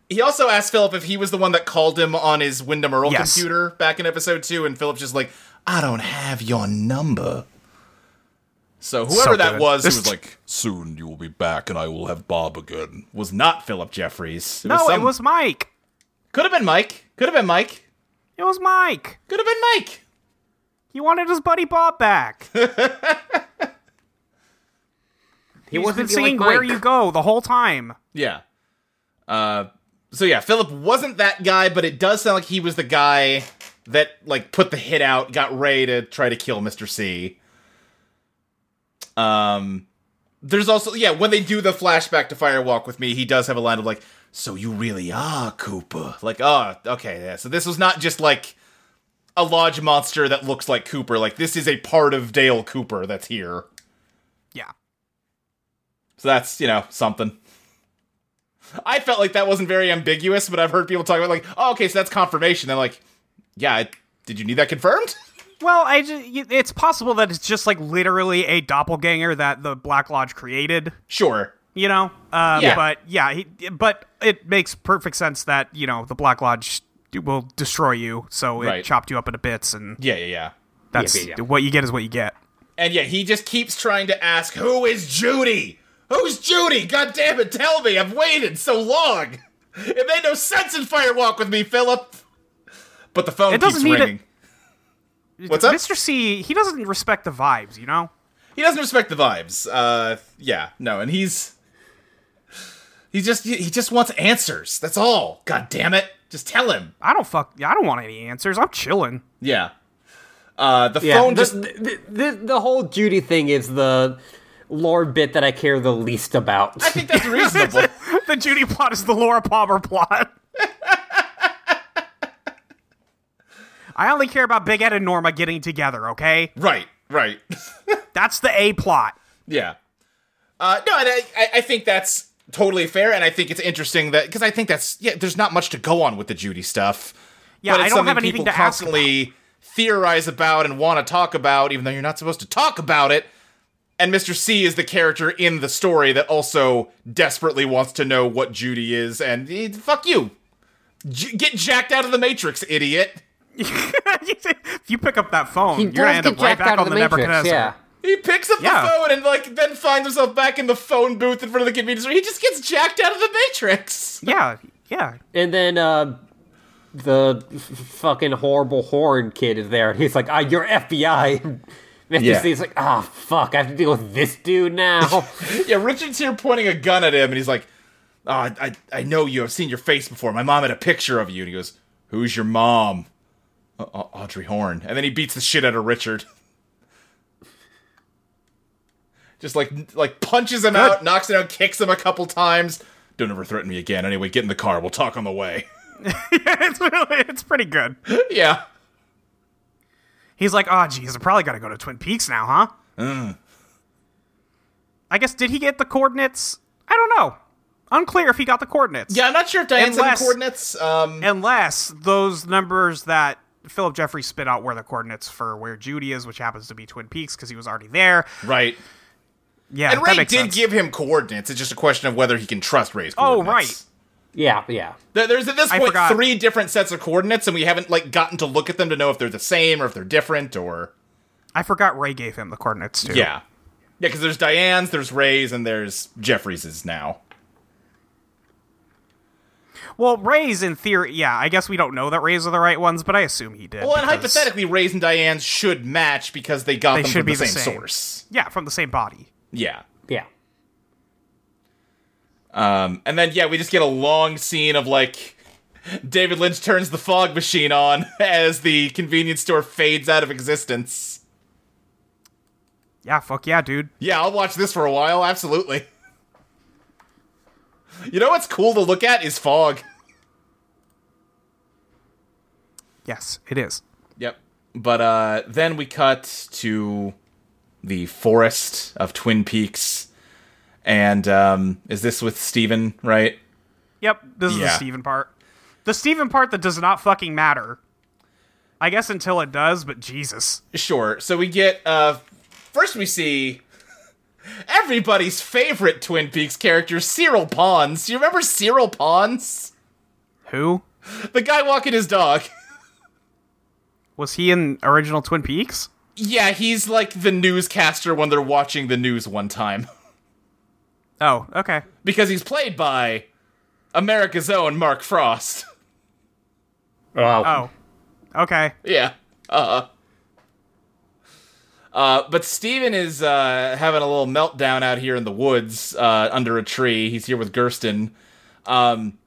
S3: He also asked Philip if he was the one that called him on his Wyndham Earl
S2: Yes.
S3: computer back in episode two, and Philip's just like, "I don't have your number." So whoever
S2: So
S3: that
S2: good.
S3: was, who
S2: This-
S3: was like,
S4: Soon you will be back and I will have Bob again.
S3: was not Philip Jeffries.
S2: No, it was Mike.
S3: Could have been Mike. Could have been Mike.
S2: It was Mike.
S3: Could have been Mike.
S2: He wanted his buddy Bob back. He's
S1: he
S2: been
S1: wasn't feeling
S2: singing
S1: like
S2: "Where
S1: Mike.
S2: You Go" the whole time.
S3: Yeah. Uh. So yeah, Philip wasn't that guy, but it does sound like he was the guy that like put the hit out, got Ray to try to kill Mr. C. Um. There's also yeah when they do the flashback to Firewalk with me, he does have a line of like, "So you really are Cooper." Like, oh, okay, yeah. So this was not just like a lodge monster that looks like Cooper. Like this is a part of Dale Cooper that's here.
S2: Yeah.
S3: So that's, you know, something. I felt like that wasn't very ambiguous, but I've heard people talk about like, oh, okay, so that's confirmation. They're like, yeah, I, did you need that confirmed?
S2: Well, I ju- it's possible that it's just like literally a doppelganger that the Black Lodge created.
S3: sure.
S2: You know, uh,
S3: Yeah.
S2: but yeah, he, but it makes perfect sense that you know the Black Lodge will destroy you, so it
S3: Right.
S2: chopped you up into bits, and
S3: Yeah, yeah, yeah.
S2: that's
S1: yeah, yeah.
S2: what you get is what you get.
S3: And yeah, he just keeps trying to ask, who is Judy? Who's Judy? God damn it, tell me. I've waited so long. It made no sense in Firewalk with me, Philip. But the phone
S2: It doesn't
S3: keeps
S2: need to-
S3: ringing. What's up?
S2: Mr. C, he doesn't respect the vibes, you know?
S3: he doesn't respect the vibes. Uh, yeah, no, and he's he just he he just wants answers. That's all. God damn it! Just tell him.
S2: I don't fuck I don't want any answers. I'm chilling.
S3: Yeah. Uh, the
S1: Yeah,
S3: phone
S1: the,
S3: just
S1: the, the, the whole Judy thing is the lore bit that I care the least about.
S3: I think that's reasonable.
S2: the Judy plot is the Laura Palmer plot. I only care about Big Ed and Norma getting together, okay?
S3: right. Right.
S2: That's the A plot.
S3: Yeah. Uh, no, and I, I- I think that's totally fair, and I think it's interesting that because I think that's yeah, there's not much to go on with the Judy stuff.
S2: Yeah,
S3: but
S2: I
S3: it's
S2: don't have
S3: something
S2: anything
S3: people
S2: to ask
S3: constantly theorize about and want to talk about, even though you're not supposed to talk about it. And Mr. C is the character in the story that also desperately wants to know what Judy is, and eh, fuck you, J- get jacked out of the Matrix, idiot.
S2: if you pick up that phone,
S1: he
S2: you're gonna
S1: does get
S2: end up right
S1: jacked
S2: back
S1: out
S2: on
S1: of
S2: the,
S1: the Matrix.
S2: Nebuchadnezzar.
S1: Yeah,
S3: He picks up
S2: Yeah.
S3: the phone and like then finds himself back in the phone booth in front of the convenience store. He just gets jacked out of the Matrix.
S2: Yeah, yeah.
S1: And then uh, the f- fucking horrible horn kid is there, and he's like, "Ah, you're FBI." And Mr.
S3: Yeah.
S1: C's like, "Ah, fuck, I have to deal with this dude now."
S3: Yeah, Richard's here pointing a gun at him, and he's like, oh, I, I know you. I've seen your face before. My mom had a picture of you. And he goes, Who's your mom? "Uh, Au- Audrey Horn. And then he beats the shit out of Richard. Just like like punches him out, knocks him out, kicks him a couple times. Don't ever threaten me again. Anyway, get in the car. We'll talk on the way.
S2: it's really, it's pretty good.
S3: yeah.
S2: He's like, oh, geez, I probably got to go to Twin Peaks now, huh? I guess, did he get the coordinates? I don't know. Unclear if he got the coordinates.
S3: Yeah, I'm not sure if Diane's in the
S2: Unless-
S3: coordinates. Um,
S2: Unless those numbers that Philip Jeffrey spit out were the coordinates for where Judy is, which happens to be Twin Peaks because he was already there.
S3: right.
S2: Yeah,
S3: And
S2: that
S3: Ray did
S2: makes sense.
S3: give him coordinates. It's just a question of whether he can trust Ray's
S2: Oh,
S3: coordinates.
S2: right.
S1: yeah, yeah.
S3: There- There's at this
S2: I
S3: point
S2: forgot.
S3: three different sets of coordinates, and we haven't like gotten to look at them to know if they're the same or if they're different or
S2: I forgot Ray gave him the coordinates too.
S3: yeah, yeah. Because there's Diane's, there's Ray's, and there's Jeffrey's now.
S2: Well, Ray's in theory. Yeah, I guess we don't know that Ray's are the right ones, but I assume he did.
S3: Well, and
S2: because-
S3: hypothetically, Ray's and Diane's should match because they got
S2: They
S3: them
S2: should
S3: from
S2: be
S3: the
S2: the
S3: same,
S2: same.
S3: source.
S2: Yeah, from the same body.
S3: Yeah.
S1: Yeah.
S3: Um, and then yeah, we just get a long scene of like David Lynch turns the fog machine on as the convenience store fades out of existence.
S2: Yeah, fuck yeah, dude.
S3: Yeah, I'll watch this for a while. Absolutely. You know what's cool to look at is fog.
S2: Yes, it is.
S3: Yep. But uh, then we cut to the forest of Twin Peaks, and um, is this with Steven, right?
S2: Yep, this is the
S3: Yeah.
S2: Steven part. The Steven part that does not fucking matter. I guess until it does, but Jesus.
S3: Sure. So we get uh, first we see everybody's favorite Twin Peaks character, Cyril Pons. Do you remember Cyril Pons?
S2: Who?
S3: The guy walking his dog.
S2: Was he in original Twin Peaks?
S3: yeah, he's like the newscaster when they're watching the news one time.
S2: Oh, okay.
S3: because he's played by America's own Mark Frost.
S1: Wow.
S2: Oh. Okay.
S3: yeah. Uh uh, but Steven is uh, having a little meltdown out here in the woods uh, under a tree. He's here with Gersten. Um,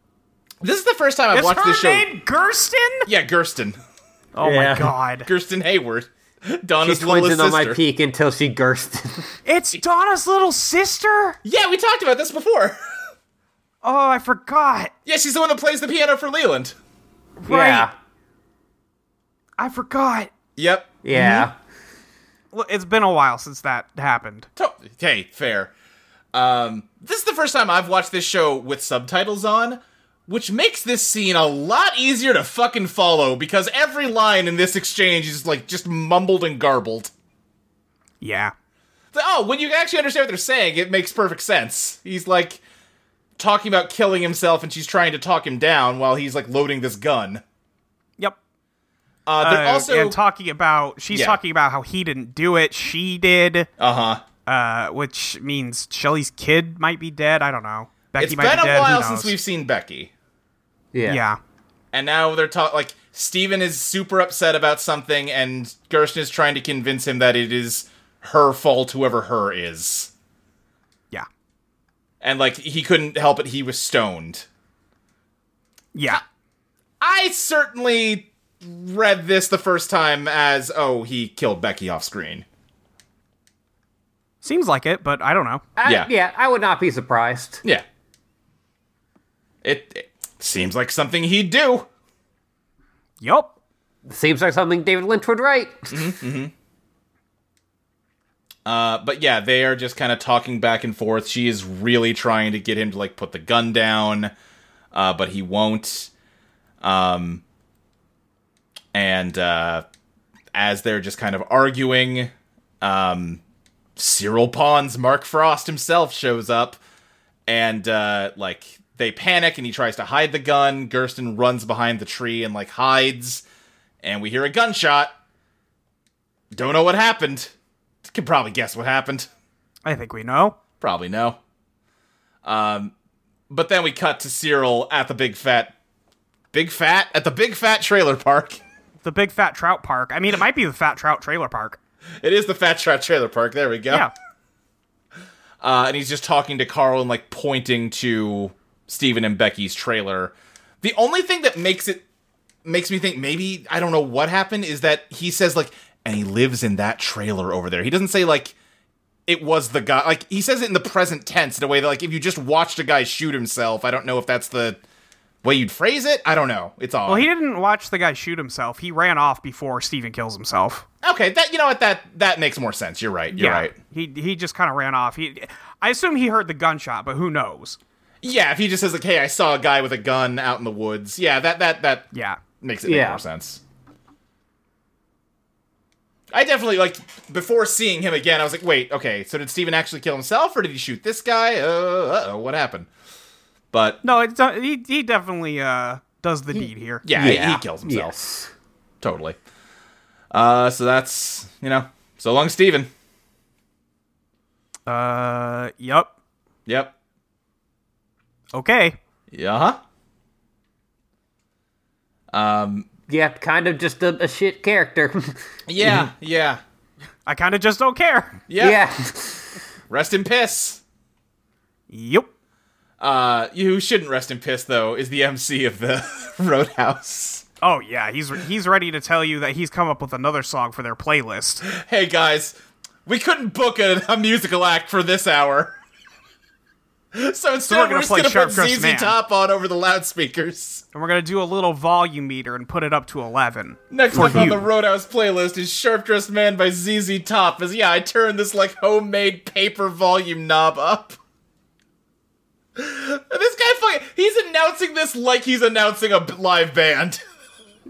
S3: this is the first time I've
S2: Is
S3: watched
S2: her
S3: this show.
S2: name Gersten?
S3: Yeah, Gersten.
S2: Oh
S1: Yeah.
S2: my god.
S3: Gersten Hayward. Donna's
S1: She's
S3: little
S1: twins
S3: sister.
S1: on my peak until she gursted.
S2: It's Donna's little sister?
S3: yeah, we talked about this before.
S2: Oh, I forgot.
S3: yeah, she's the one that plays the piano for Leland.
S2: Right.
S1: Yeah.
S2: I forgot.
S3: Yep.
S1: Yeah.
S2: Well, It's been a while since that happened.
S3: To- hey, fair. Um, this is the first time I've watched this show with subtitles on, which makes this scene a lot easier to fucking follow because every line in this exchange is like just mumbled and garbled.
S2: Yeah.
S3: It's like, oh, when you actually understand what they're saying, it makes perfect sense. He's like talking about killing himself, and she's trying to talk him down while he's like loading this gun.
S2: Yep.
S3: Uh, they're
S2: Uh,
S3: also
S2: and talking about she's
S3: Yeah.
S2: talking about how he didn't do it, she did.
S3: uh huh.
S2: uh, which means Shelly's kid might be dead. I don't know. Becky
S3: It's
S2: might
S3: been
S2: be dead.
S3: a
S2: who
S3: while
S2: knows?
S3: since we've seen Becky.
S1: Yeah.
S2: Yeah.
S3: and now they're talking like Steven is super upset about something and Gersten is trying to convince him that it is her fault whoever her is.
S2: Yeah.
S3: And like he couldn't help it he was stoned.
S2: Yeah.
S3: I certainly read this the first time as oh he killed Becky off screen.
S2: Seems like it, but I don't know.
S1: I,
S3: Yeah.
S1: yeah. I would not be surprised.
S3: Yeah. It, it seems like something he'd do.
S2: Yup.
S1: Seems like something David Lynch would write.
S3: Uh, but yeah, they are just kind of talking back and forth. She is really trying to get him to like put the gun down, uh, but he won't. Um, and uh, as they're just kind of arguing, um, Cyril Pons, Mark Frost himself shows up, and uh, like they panic, and he tries to hide the gun. Gersten runs behind the tree and like hides, and we hear a gunshot. Don't know what happened can probably guess what happened.
S2: I think we know.
S3: Probably no. Um, but then we cut to Cyril at the big fat, big fat at the big fat trailer park.
S2: The big fat trout park. I mean, it might be the fat trout trailer park.
S3: It is the fat trap trailer park. There we go.
S2: Yeah.
S3: Uh, and he's just talking to Carl and like pointing to Steven and Becky's trailer. The only thing that makes it makes me think maybe I don't know what happened is that he says like and he lives in that trailer over there. He doesn't say like it was the guy like he says it in the present tense in a way that like if you just watched a guy shoot himself, I don't know if that's the way you'd phrase it. I don't know. It's all
S2: Well, he didn't watch the guy shoot himself. He ran off before Steven kills himself.
S3: Okay, that you know what that that makes more sense. You're right. You're right.
S2: He he just kind of ran off. He I assume he heard the gunshot, but who knows?
S3: Yeah, if he just says like, "Hey, I saw a guy with a gun out in the woods." Yeah, that that that
S2: Yeah.
S3: makes it make
S1: Yeah.
S3: more sense. I definitely like before seeing him again. I was like, "Wait, okay, so did Steven actually kill himself, or did he shoot this guy? Uh oh, what happened?" But
S2: No, it's uh, he he definitely uh does the deed here.
S3: yeah, he- He, kills himself
S1: Yes.
S3: totally. Uh, so that's you know, so long, Steven.
S2: Uh yep.
S3: Yep. Uh-huh.
S2: Okay.
S3: Yeah. huh. Um.
S1: Yeah, kind of just a, a shit character.
S3: Yeah. Mm-hmm. Yeah.
S2: I kind of just don't care.
S3: Yeah.
S1: yeah.
S3: Rest in piss.
S2: Yep.
S3: Uh, who shouldn't rest in piss though is the MC of the Roadhouse.
S2: Oh yeah, he's he's ready to tell you that he's come up with another song for their playlist.
S3: Hey guys, we couldn't book a, a musical act for this hour, so instead
S2: we're
S3: we're,
S2: gonna
S3: just
S2: play
S3: gonna
S2: Sharp
S3: put
S2: Dressed
S3: ZZ
S2: Man.
S3: Top on over the loudspeakers.
S2: And we're going to do a little volume meter and put it up to 11.
S3: Next
S2: For
S3: up on
S2: you.
S3: the Roadhouse playlist is Sharp Dressed Man by ZZ Top. As yeah, I turned this like homemade paper volume knob up. this guy fucking, he's announcing this like he's announcing a b- live band.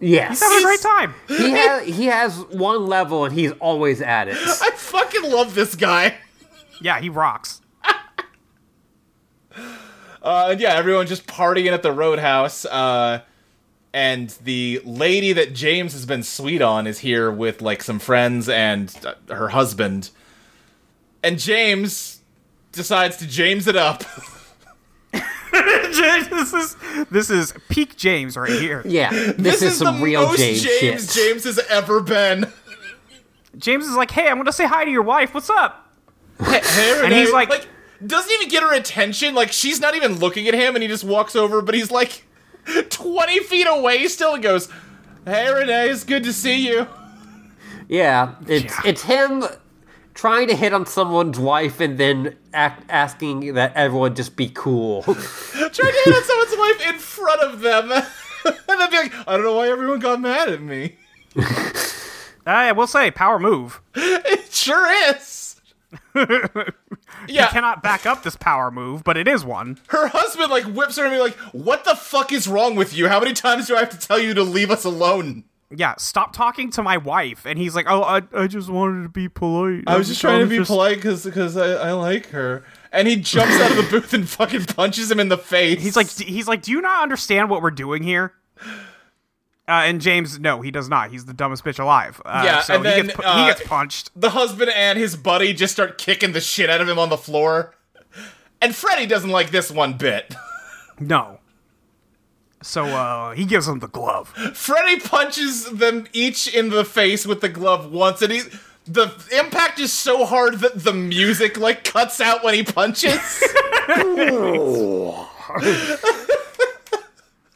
S1: Yes.
S2: Have a great time.
S1: He has, he has one level and he's always at it.
S3: I fucking love this guy.
S2: Yeah, he rocks.
S3: Uh, and yeah, everyone just partying at the roadhouse. Uh, and the lady that James has been sweet on is here with like some friends and uh, her husband. And James decides to James it up.
S2: this is this is peak James right here.
S1: Yeah. This, is, some
S3: the
S1: real
S3: most
S1: James,
S3: James
S1: shit.
S3: James has ever been.
S2: James is like, "Hey, I'm going to say hi to your wife. What's up?"
S3: and
S2: he's like-
S3: doesn't even get her attention. Like she's not even looking at him, and he just walks over. But he's like twenty feet away still, and goes, "Hey Renee, it's good to see you."
S1: Yeah. It's
S2: Yeah.
S1: it's him trying to hit on someone's wife and then act, asking that everyone just be cool.
S3: Trying to hit on someone's wife in front of them, and then be like, "I don't know why everyone got mad at me."
S2: I will say, power move.
S3: It sure is. yeah,
S2: Cannot back up this power move, but it is one.
S3: her husband like whips her and be like, "What the fuck is wrong with you? How many times do I have to tell you to leave us alone?"
S2: Yeah, stop talking to my wife. And he's like, "Oh, I, I just wanted to be polite.
S3: I was just trying to be polite because I, I like her. And he jumps out of the booth and fucking punches him in the face.
S2: He's like, he's like, do you not understand what we're doing here? Uh, and James, no, he does not. He's the dumbest bitch alive. Uh,
S3: Yeah,
S2: so
S3: and
S2: he,
S3: then,
S2: gets, pu-
S3: uh,
S2: he gets punched.
S3: the husband and his buddy just start kicking the shit out of him on the floor. And Freddy doesn't like this one bit.
S2: No. So uh, he gives him the glove.
S3: Freddy punches them each in the face with the glove once, and he the impact is so hard that the music like cuts out when he punches.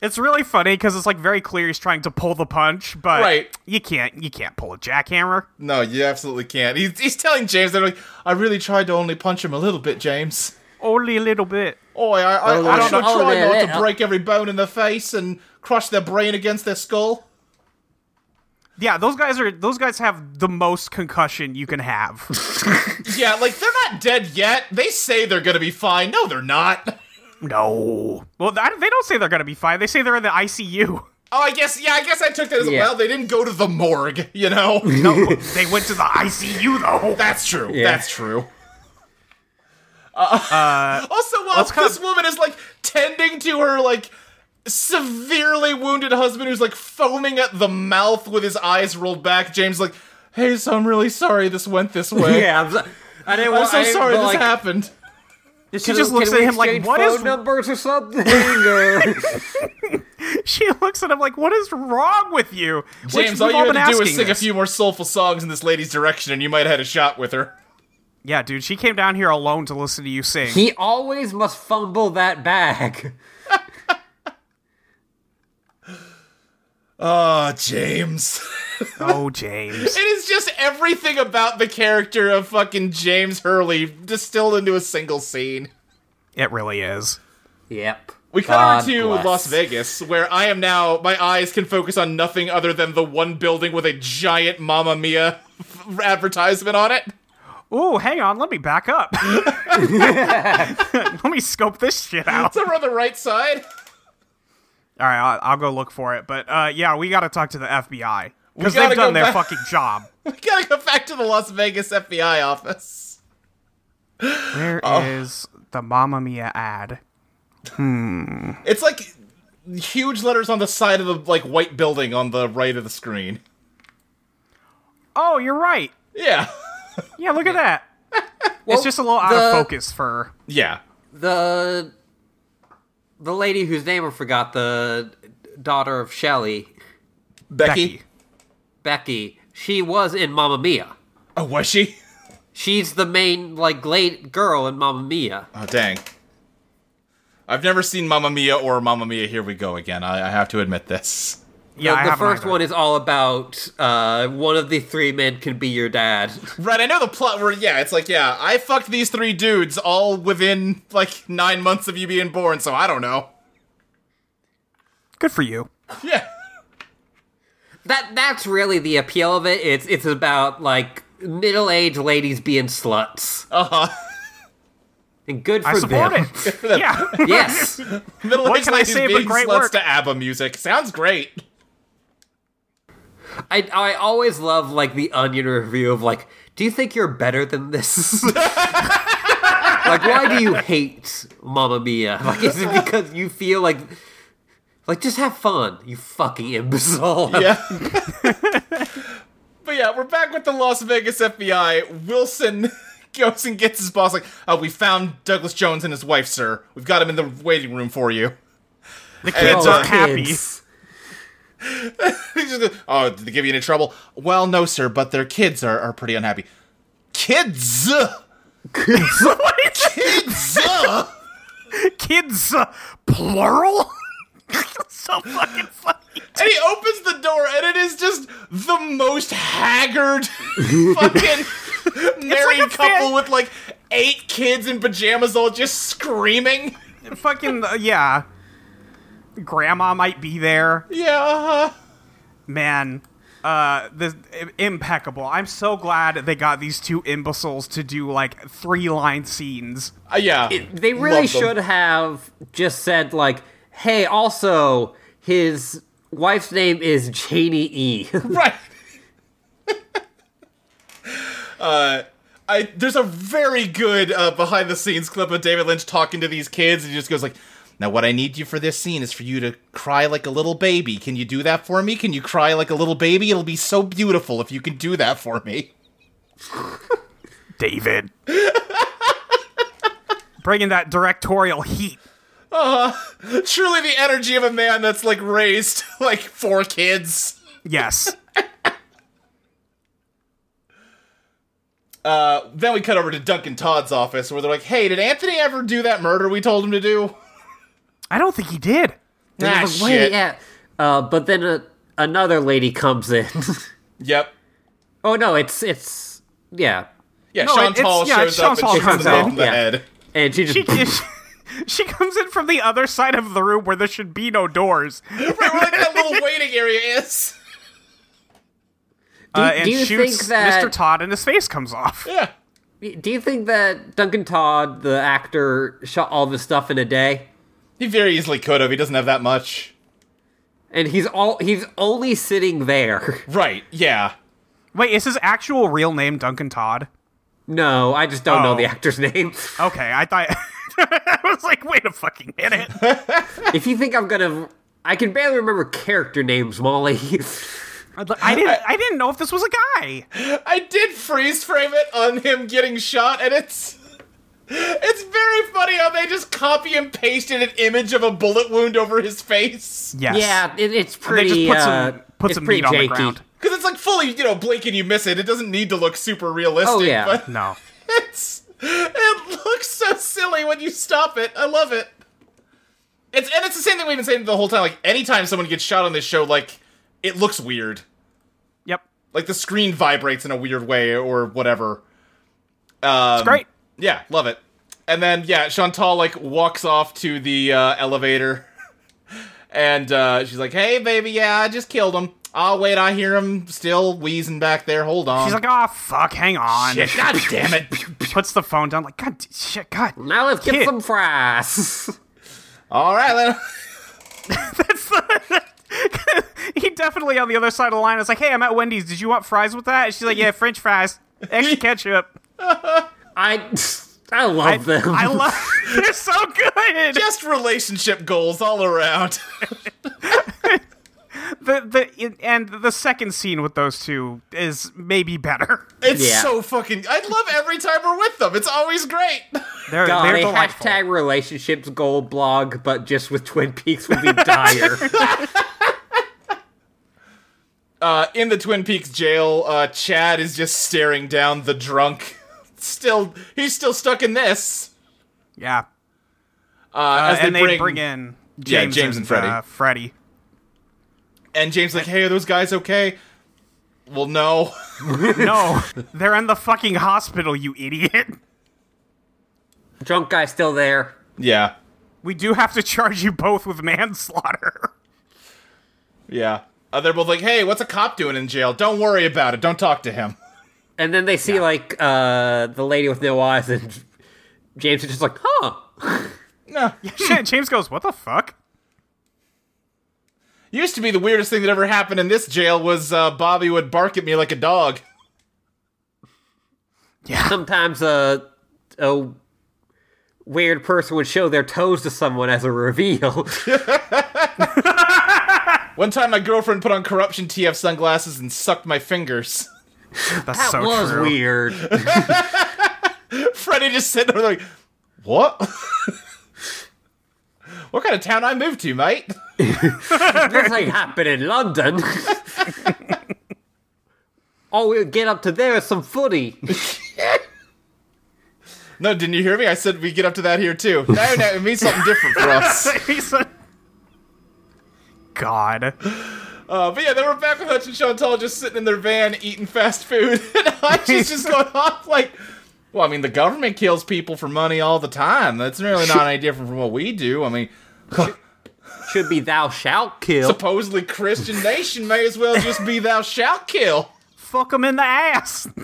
S2: It's really funny because it's like very clear he's trying to pull the punch, but
S3: Right.
S2: you can't you can't pull a jackhammer.
S3: no, you absolutely can't. He's, he's telling James that like I really tried to only punch him a little bit, James.
S2: Only a little bit.
S3: Oi, I, I,
S1: Oh,
S3: I
S1: yeah.
S3: should
S1: Oh,
S3: try
S1: there,
S3: not
S1: there.
S3: to break every bone in their face and crush their brain against their skull.
S2: Yeah, those guys are those guys have the most concussion you can have.
S3: Yeah, like they're not dead yet. They say they're gonna be fine. No, they're not.
S2: no. Well, that, they don't say they're gonna be fine. They say they're in the ICU.
S3: Oh, I guess. Yeah, I guess I took that as
S1: Yeah.
S3: well. They didn't go to the morgue. You know,
S2: No, they went to the ICU though.
S3: that's true.
S1: Yeah.
S3: That's true. Uh, also, while
S2: let's cut-
S3: this woman is like tending to her like severely wounded husband who's like foaming at the mouth with his eyes rolled back, James like, "Hey, so I'm really sorry this went this way.
S1: yeah, I'm so, I didn't
S3: I'm
S1: want.
S3: so
S1: I,
S3: sorry
S1: but,
S3: this
S1: like,
S3: happened."
S2: She
S1: can-
S2: just looks
S1: can
S2: at
S1: we
S2: him like,
S1: exchange
S2: "What
S1: phone
S2: is?"
S1: numbers or something?" or-
S2: She looks at him like, "What is wrong with you?" Which
S3: James,
S2: we've
S3: all you
S2: all
S3: had
S2: been
S3: to do was
S2: asking
S3: sing a
S2: this.
S3: few more soulful songs in this lady's direction, and you might have had a shot with her.
S2: Yeah, dude, she came down here alone to listen to you sing.
S1: he always must fumble that bag.
S3: Oh, James.
S2: oh, James.
S3: It is just everything about the character of fucking James Hurley distilled into a single scene.
S2: It really is.
S1: Yep.
S3: We cut
S1: God
S3: over to
S1: bless.
S3: Las Vegas, where I am now. My eyes can focus on nothing other than the one building with a giant Mamma Mia advertisement on it.
S2: Ooh, hang on, let me back up. let me scope this shit out.
S3: Over on the right side,
S2: All right, I'll, I'll go look for it. But uh, yeah, we got to talk to the FBI because
S3: gotta
S2: they've done
S3: go
S2: their
S3: back-
S2: fucking job.
S3: we gotta go back to the Las Vegas FBI office.
S2: Where is
S3: Oh.
S2: the Mamma Mia ad?
S3: It's like huge letters on the side of the like white building on the right of the screen.
S2: Oh, you're right.
S3: Yeah,
S2: Yeah, look at that. it's just a little out
S1: the-
S2: of focus for.
S3: yeah.
S1: the the lady whose name I forgot, the daughter of Shelley,
S3: Becky.
S2: Becky.
S1: Becky. She was in Mamma Mia.
S3: Oh, was she?
S1: She's the main like late girl in Mamma Mia.
S3: Oh, dang. I've never seen Mamma Mia or Mamma Mia. Here we go again. I, I have to admit this.
S2: Yeah, I
S1: the, the
S2: haven't
S1: first
S2: either.
S1: one is all about uh, one of the three men can be your dad.
S3: Right, I know the plot where, yeah, it's like, yeah, I fucked these three dudes all within, like, nine months of you being born, so I don't know.
S2: Good for you.
S3: Yeah.
S1: That that's really the appeal of it. It's it's about like middle aged ladies being sluts. Uh huh.
S3: Uh-huh.
S1: And good for
S2: I support
S1: them.
S2: it. yeah.
S1: Yes.
S3: Middle
S2: What can I say but
S3: being
S2: great
S3: sluts
S2: work?
S3: to ABBA music. Sounds great.
S1: I I always love like the Onion review of like, do you think you're better than this? like, why do you hate Mamma Mia? Like, is it because you feel like, like just have fun, you fucking imbecile?
S3: Yeah. but yeah, we're back with the Las Vegas FBI. Wilson goes and gets his boss, like, oh, we found Douglas Jones and his wife, sir. We've got him in the waiting room for you.
S2: The kids
S3: Oh,
S2: are happy.
S1: kids.
S3: He's just like, oh, did they give you any trouble? Well, no, sir, but their kids are, are pretty unhappy. Kids!
S2: What is it?
S3: Kids! uh!
S2: Kids, uh, plural? so fucking funny.
S3: And he opens the door, and it is just the most haggard fucking married
S2: like a
S3: couple
S2: fan-
S3: with like eight kids in pajamas all just screaming.
S2: fucking uh, yeah. Grandma might be there.
S3: Yeah. uh-huh.
S2: Man, uh, this i- impeccable. I'm so glad they got these two imbeciles to do like three line scenes.
S3: Uh, yeah.
S1: They really
S3: Love them.
S1: should have just said like, hey, also his wife's name is Janie E.
S3: Right. uh, I there's a very good uh, behind the scenes clip of David Lynch talking to these kids, and he just goes like, "Now what I need you for this scene is for you to cry like a little baby. Can you do that for me? Can you cry like a little baby? It'll be so beautiful if you can do that for me."
S2: David, bringing that directorial heat.
S3: Truly, the energy of a man that's like raised like four kids.
S2: Yes.
S3: Uh, then we cut over to Duncan Todd's office where they're like, "Hey, did Anthony ever do that murder we told him to do?"
S2: I don't think he did.
S3: Ah,
S1: Like, wait, yeah. Uh, but then a, another lady comes in.
S3: Yep.
S1: oh no, it's it's yeah.
S3: Yeah,
S2: No,
S3: Sean
S2: it- it's-
S3: Tall
S2: yeah,
S3: shows
S2: Sean
S3: up
S2: Tall
S3: and shoots
S1: comes
S3: him
S1: in,
S3: in the
S1: yeah.
S3: head.
S1: And she just
S2: She, she comes in from the other side of the room where there should be no doors,
S3: Right where like, that little waiting area is.
S2: uh, and
S1: do you
S2: shoots
S1: think that-
S2: Mr. Todd, and his face comes off.
S3: Yeah.
S1: Do you think that Duncan Todd, the actor, shot all this stuff in a day?
S3: He very easily could have. He doesn't have that much.
S1: And he's all he's only sitting there.
S3: Right. Yeah.
S2: Wait, is his actual real name Duncan Todd?
S1: No, I just don't know
S2: Oh.
S1: the actor's name.
S2: Okay, I thought I was like, wait a fucking minute.
S1: if you think I'm gonna I can barely remember character names, Molly.
S2: I'd li- I didn't. I didn't know if this was a guy.
S3: I did freeze frame it on him getting shot, and it's it's very funny how they just copy and pasted an image of a bullet wound over his face
S2: Yes.
S1: Yeah, it, it's
S2: They
S1: pretty.
S2: just put
S1: uh,
S2: some put
S1: it's
S2: some
S1: pretty
S2: meat on the
S1: janky.
S2: ground.
S3: because it's like fully you know blink and you miss it. It doesn't need to look super realistic.
S1: Oh, yeah.
S3: but
S2: No.
S3: it's it looks so silly when you stop it. I love it. It's and it's the same thing we've been saying the whole time. Like anytime someone gets shot on this show, like it looks weird.
S2: Yep.
S3: Like the screen vibrates in a weird way or whatever. Um,
S2: It's great.
S3: Yeah, love it. And then yeah, Chantal like walks off to the uh, elevator, and uh, she's like, "Hey, baby, yeah, I just killed him. Oh wait, I hear him still wheezing back there. Hold on."
S2: She's like, oh fuck, hang on.
S3: Shit, God damn it!
S2: Puts the phone down. Like, god, shit, god.
S1: Now let's get
S2: Kid.
S1: some fries.
S3: All right, then.
S2: That's the. he definitely on the other side of the line is like, hey, I'm at Wendy's. Did you want fries with that? And she's like, yeah, French fries, extra ketchup.
S1: I I love them.
S2: I love. They're so good.
S3: just relationship goals all around.
S2: The the and the second scene with those two is maybe better.
S3: It's
S1: Yeah.
S3: so fucking. I love every time we're with them. It's always great.
S2: They're
S1: God,
S2: they're
S1: a
S2: delightful.
S1: hashtag relationships goal blog, but just with Twin Peaks would be dire.
S3: Uh, in the Twin Peaks jail, uh, Chad is just staring down the drunk. Still, he's still stuck in this.
S2: Yeah,
S3: Uh, as
S2: and they bring, in
S3: Yeah,
S2: James,
S3: James and Freddy.
S2: Uh, Freddy.
S3: and James like, "Hey, are those guys okay?" Well, no.
S2: No, they're in the fucking hospital, you idiot.
S1: Drunk guy still there.
S3: Yeah,
S2: We do have to charge you both with manslaughter.
S3: yeah. Uh, they're both like, "Hey, what's a cop doing in jail? Don't worry about it. Don't talk to him."
S1: And then they see like uh the lady with no eyes and James is just like, huh.
S3: No.
S2: Shit, James goes, "What the fuck?"
S3: Used to be the weirdest thing that ever happened in this jail was uh, Bobby would bark at me like a dog.
S1: Sometimes a a weird person would show their toes to someone as a reveal.
S3: One time, my girlfriend put on corruption TF sunglasses and sucked my fingers.
S2: That's
S1: that
S2: so
S1: was
S2: true.
S1: weird.
S3: Freddie just sitting there like, "What? what kind of town I moved to, mate?"
S1: this ain't happened in London. All we'll get up to there is some footy.
S3: No, didn't you hear me? I said we get up to that here too. No, no, it means something different for us.
S2: He's like, God.
S3: Uh, but yeah, then we're back with Hutch and Chantal just sitting in their van eating fast food, and Hutch is just going off like, "Well, I mean, the government kills people for money all the time. That's really not any different from what we do. I mean."
S1: Should be thou shalt kill.
S3: Supposedly Christian nation may as well just be thou shalt kill.
S2: Fuck him in the ass.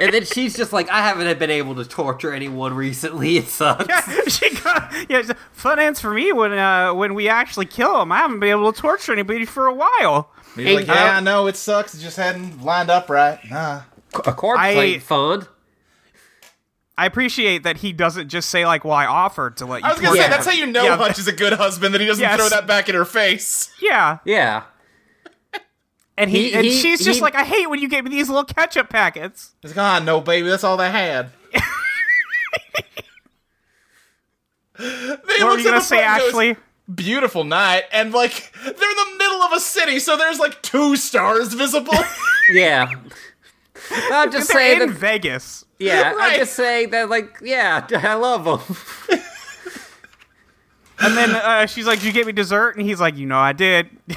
S1: And then she's just like, I haven't been able to torture anyone recently. It sucks.
S2: she got yeah. she's like, Fun ends for me when uh when we actually kill him. I haven't been able to torture anybody for a while.
S3: He's like,
S1: Hey,
S3: yeah,
S1: uh,
S3: I know it sucks. It just hadn't lined up right. Nah.
S1: A corpse
S2: I-
S1: ain't fun.
S2: I appreciate that he doesn't just say like, "Well, I offered to let you."
S3: I was gonna
S1: Yeah.
S3: say that's how you know
S2: Yeah.
S3: Hutch is a good husband that he doesn't
S2: Yes.
S3: throw that back in her face.
S2: yeah,
S1: Yeah.
S2: and he,
S1: He-
S2: and
S1: he-
S2: she's just
S1: he-
S2: like, "I hate when you gave me these little ketchup packets."
S3: He's like, ah, no, baby, that's all they had. Then he
S2: What were
S3: looks
S2: you
S3: at
S2: gonna
S3: the
S2: say,
S3: front and goes,
S2: Ashley?
S3: Beautiful night, and like they're in the middle of a city, so there's like two stars visible.
S1: Yeah. I'll just
S2: They're
S1: say
S2: in
S1: that.
S2: Vegas.
S1: Yeah, i
S3: Right.
S1: will just say that, like, yeah, I love them.
S2: And then uh, she's like, "Did you get me dessert?" And he's like, "You know, I did."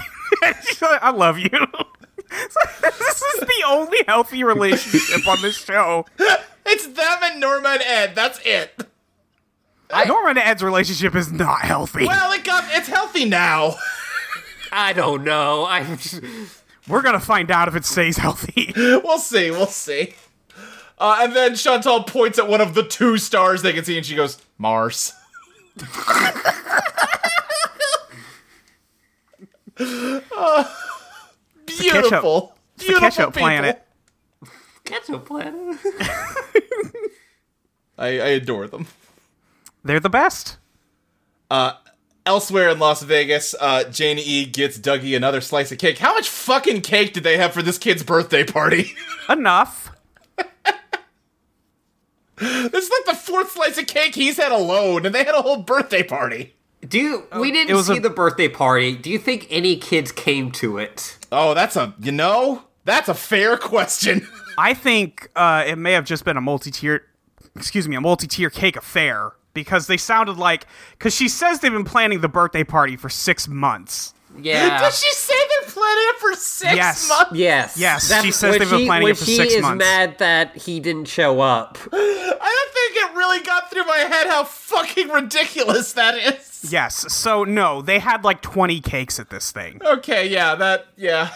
S2: she's like, "I love you." It's like, this is the only healthy relationship on this show.
S3: it's them and Norma and Ed. That's it.
S2: Norman and Ed's relationship is not healthy.
S3: Well, it got, it's healthy now.
S1: I don't know. I
S2: We're gonna find out if it stays healthy.
S3: we'll see. We'll see. Uh, and then Chantal points at one of the two stars they can see, and she goes, "Mars." Uh,
S2: ketchup-
S3: beautiful,
S2: the
S3: beautiful
S2: ketchup
S3: people.
S2: planet.
S1: that's a plan.
S3: I, I adore them.
S2: They're the best.
S3: Elsewhere in Las Vegas, uh, Jane E gets Dougie another slice of cake. How much fucking cake did they have for this kid's birthday party?
S2: Enough.
S3: this is like the fourth slice of cake he's had alone, and they had a whole birthday party.
S1: Do you, we
S2: Oh, it
S1: didn't
S2: was
S1: see
S2: a-
S1: the birthday party? Do you think any kids came to it?
S3: Oh, that's a you know that's a fair question.
S2: I think uh, it may have just been a multi-tier, excuse me, a multi-tier cake affair because they sounded like because she says they've been planning the birthday party for six months.
S1: Yeah.
S3: Does she say they're planning it for six
S2: Yes.
S3: months?
S1: Yes.
S2: Yes, she says
S1: when
S2: they've been
S1: she-
S2: planning
S1: when
S2: it for
S1: she
S2: six
S1: is
S2: months.
S1: mad that he didn't show up.
S3: I don't think it really got through my head how fucking ridiculous that is.
S2: Yes, so no, they had like twenty cakes at this thing.
S3: Okay, yeah, that yeah.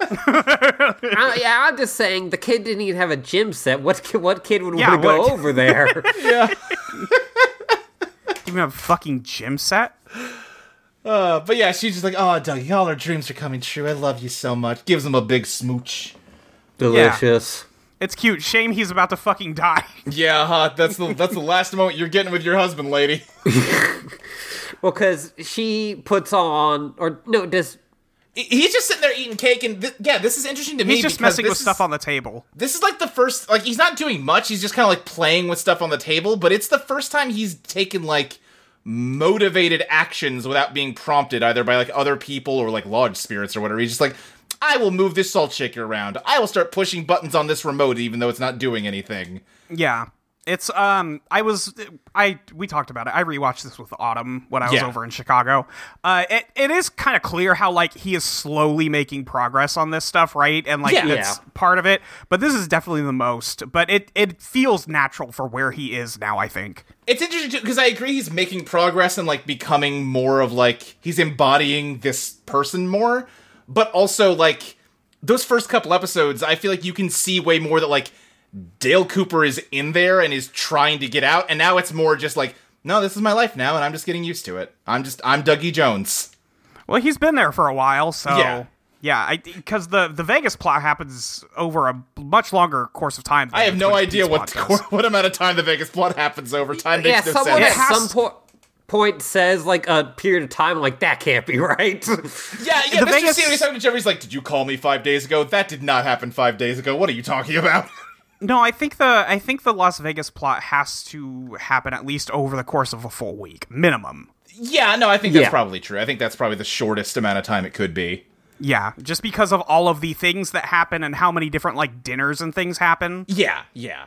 S1: I, yeah, I'm just saying the kid didn't even have a gym set. What ki- what kid would
S2: Yeah,
S1: want to go
S2: what-
S1: over there?
S2: Even a fucking gym set.
S3: Uh, but yeah, she's just like, oh, Dougie, all our dreams are coming true. I love you so much. Gives him a big smooch.
S1: Delicious.
S2: It's cute. Shame he's about to fucking die.
S3: Yeah, huh? That's the that's the last moment you're getting with your husband, lady.
S1: Well, because she puts on, or no, does
S3: He's just sitting there eating cake, and th- yeah, this is interesting to me.
S2: He's just
S3: because
S2: messing
S3: this
S2: with stuff
S3: is-
S2: on the table.
S3: This is like the first, like he's not doing much. He's just kind of like playing with stuff on the table. But it's the first time he's taken like motivated actions without being prompted either by like other people or like lodge spirits or whatever. He's just like, I will move this salt shaker around. I will start pushing buttons on this remote even though it's not doing anything.
S2: Yeah. It's um I was I we talked about it. I rewatched this with Autumn when I was
S3: Yeah.
S2: over in Chicago. Uh it, it is kind of clear how like he is slowly making progress on this stuff, right? And like
S3: Yeah.
S2: that's
S1: Yeah.
S2: part of it, but this is definitely the most. But it it feels natural for where he is now, I think.
S3: It's interesting too because I agree he's making progress and like becoming more of like he's embodying this person more, but also like those first couple episodes, I feel like you can see way more that like Dale Cooper is in there and is trying to get out, and now it's more just like no, this is my life now, and I'm just getting used to it. I'm just I'm Dougie Jones.
S2: Well, he's been there for a while, so
S3: Yeah.
S2: yeah. I because the the Vegas plot happens over a much longer course of time. than
S3: I have
S2: the
S3: no
S2: Twin
S3: idea
S2: Peaks
S3: what
S2: plot does.
S3: what amount of time the Vegas plot happens over. Time
S1: yeah,
S3: makes no
S1: someone
S3: sense.
S2: It
S1: at
S2: has-
S1: some po- point says like a period of time, like that can't be right.
S3: Yeah, yeah.
S2: The
S3: Mr.
S2: Vegas-
S3: Serious talking to Jeffrey's like, "Did you call me five days ago? That did not happen five days ago. What are you talking about?"
S2: No, I think the I think the Las Vegas plot has to happen at least over the course of a full week minimum.
S3: Yeah, no, I think that's
S1: Yeah.
S3: probably true. I think that's probably the shortest amount of time it could be.
S2: Yeah, just because of all of the things that happen and how many different like dinners and things happen,
S3: Yeah, yeah.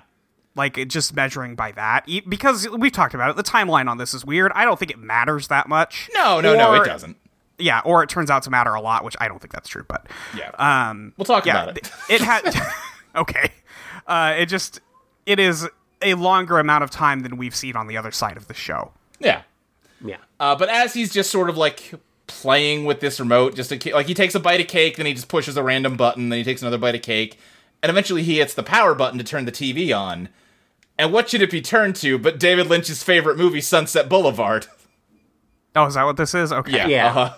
S2: like it just measuring by that. E- Because we've talked about it, the timeline on this is weird. I don't think it matters that much.
S3: No, no, no,
S2: Or-
S3: it doesn't.
S2: Yeah, or it turns out to matter a lot, which I don't think that's true. But
S3: Yeah. Um, we'll talk
S2: yeah,
S3: about it.
S2: th- it had okay. Uh, it just it is a longer amount of time than we've seen on the other side of the show.
S3: Yeah.
S1: yeah.
S3: Uh, but as he's just sort of like playing with this remote, just a, ca- like he takes a bite of cake, then he just pushes a random button, then he takes another bite of cake, and eventually he hits the power button to turn the TV on. And what should it be turned to but David Lynch's favorite movie, Sunset Boulevard?
S2: Oh, is that what this is? Okay.
S1: Yeah.
S3: Uh-huh.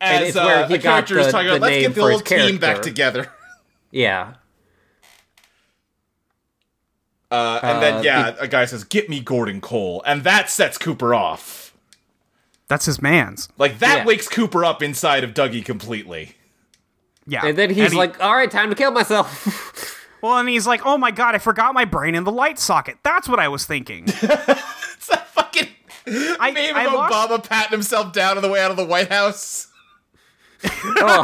S1: And
S3: As
S1: it's where
S3: uh,
S1: he
S3: a
S1: got
S3: character is
S1: the-
S3: talking
S1: the
S3: about, let's
S1: name
S3: get the
S1: for his
S3: old team back
S1: character."
S3: together.
S1: Yeah.
S3: Uh, and then yeah, a guy says, "Get me Gordon Cole," and that sets Cooper off.
S2: That's his man's.
S3: Like that
S1: Yeah.
S3: wakes Cooper up inside of Dougie completely.
S2: Yeah.
S1: And then he's
S2: he-
S1: like, all right, time to kill myself.
S2: well, and he's like, oh my god, I forgot my brain in the light socket. That's what I was thinking.
S3: It's a fucking
S2: I,
S3: meme
S2: I
S3: of
S2: lost-
S3: Obama patting himself down on the way out of the White House.
S1: oh,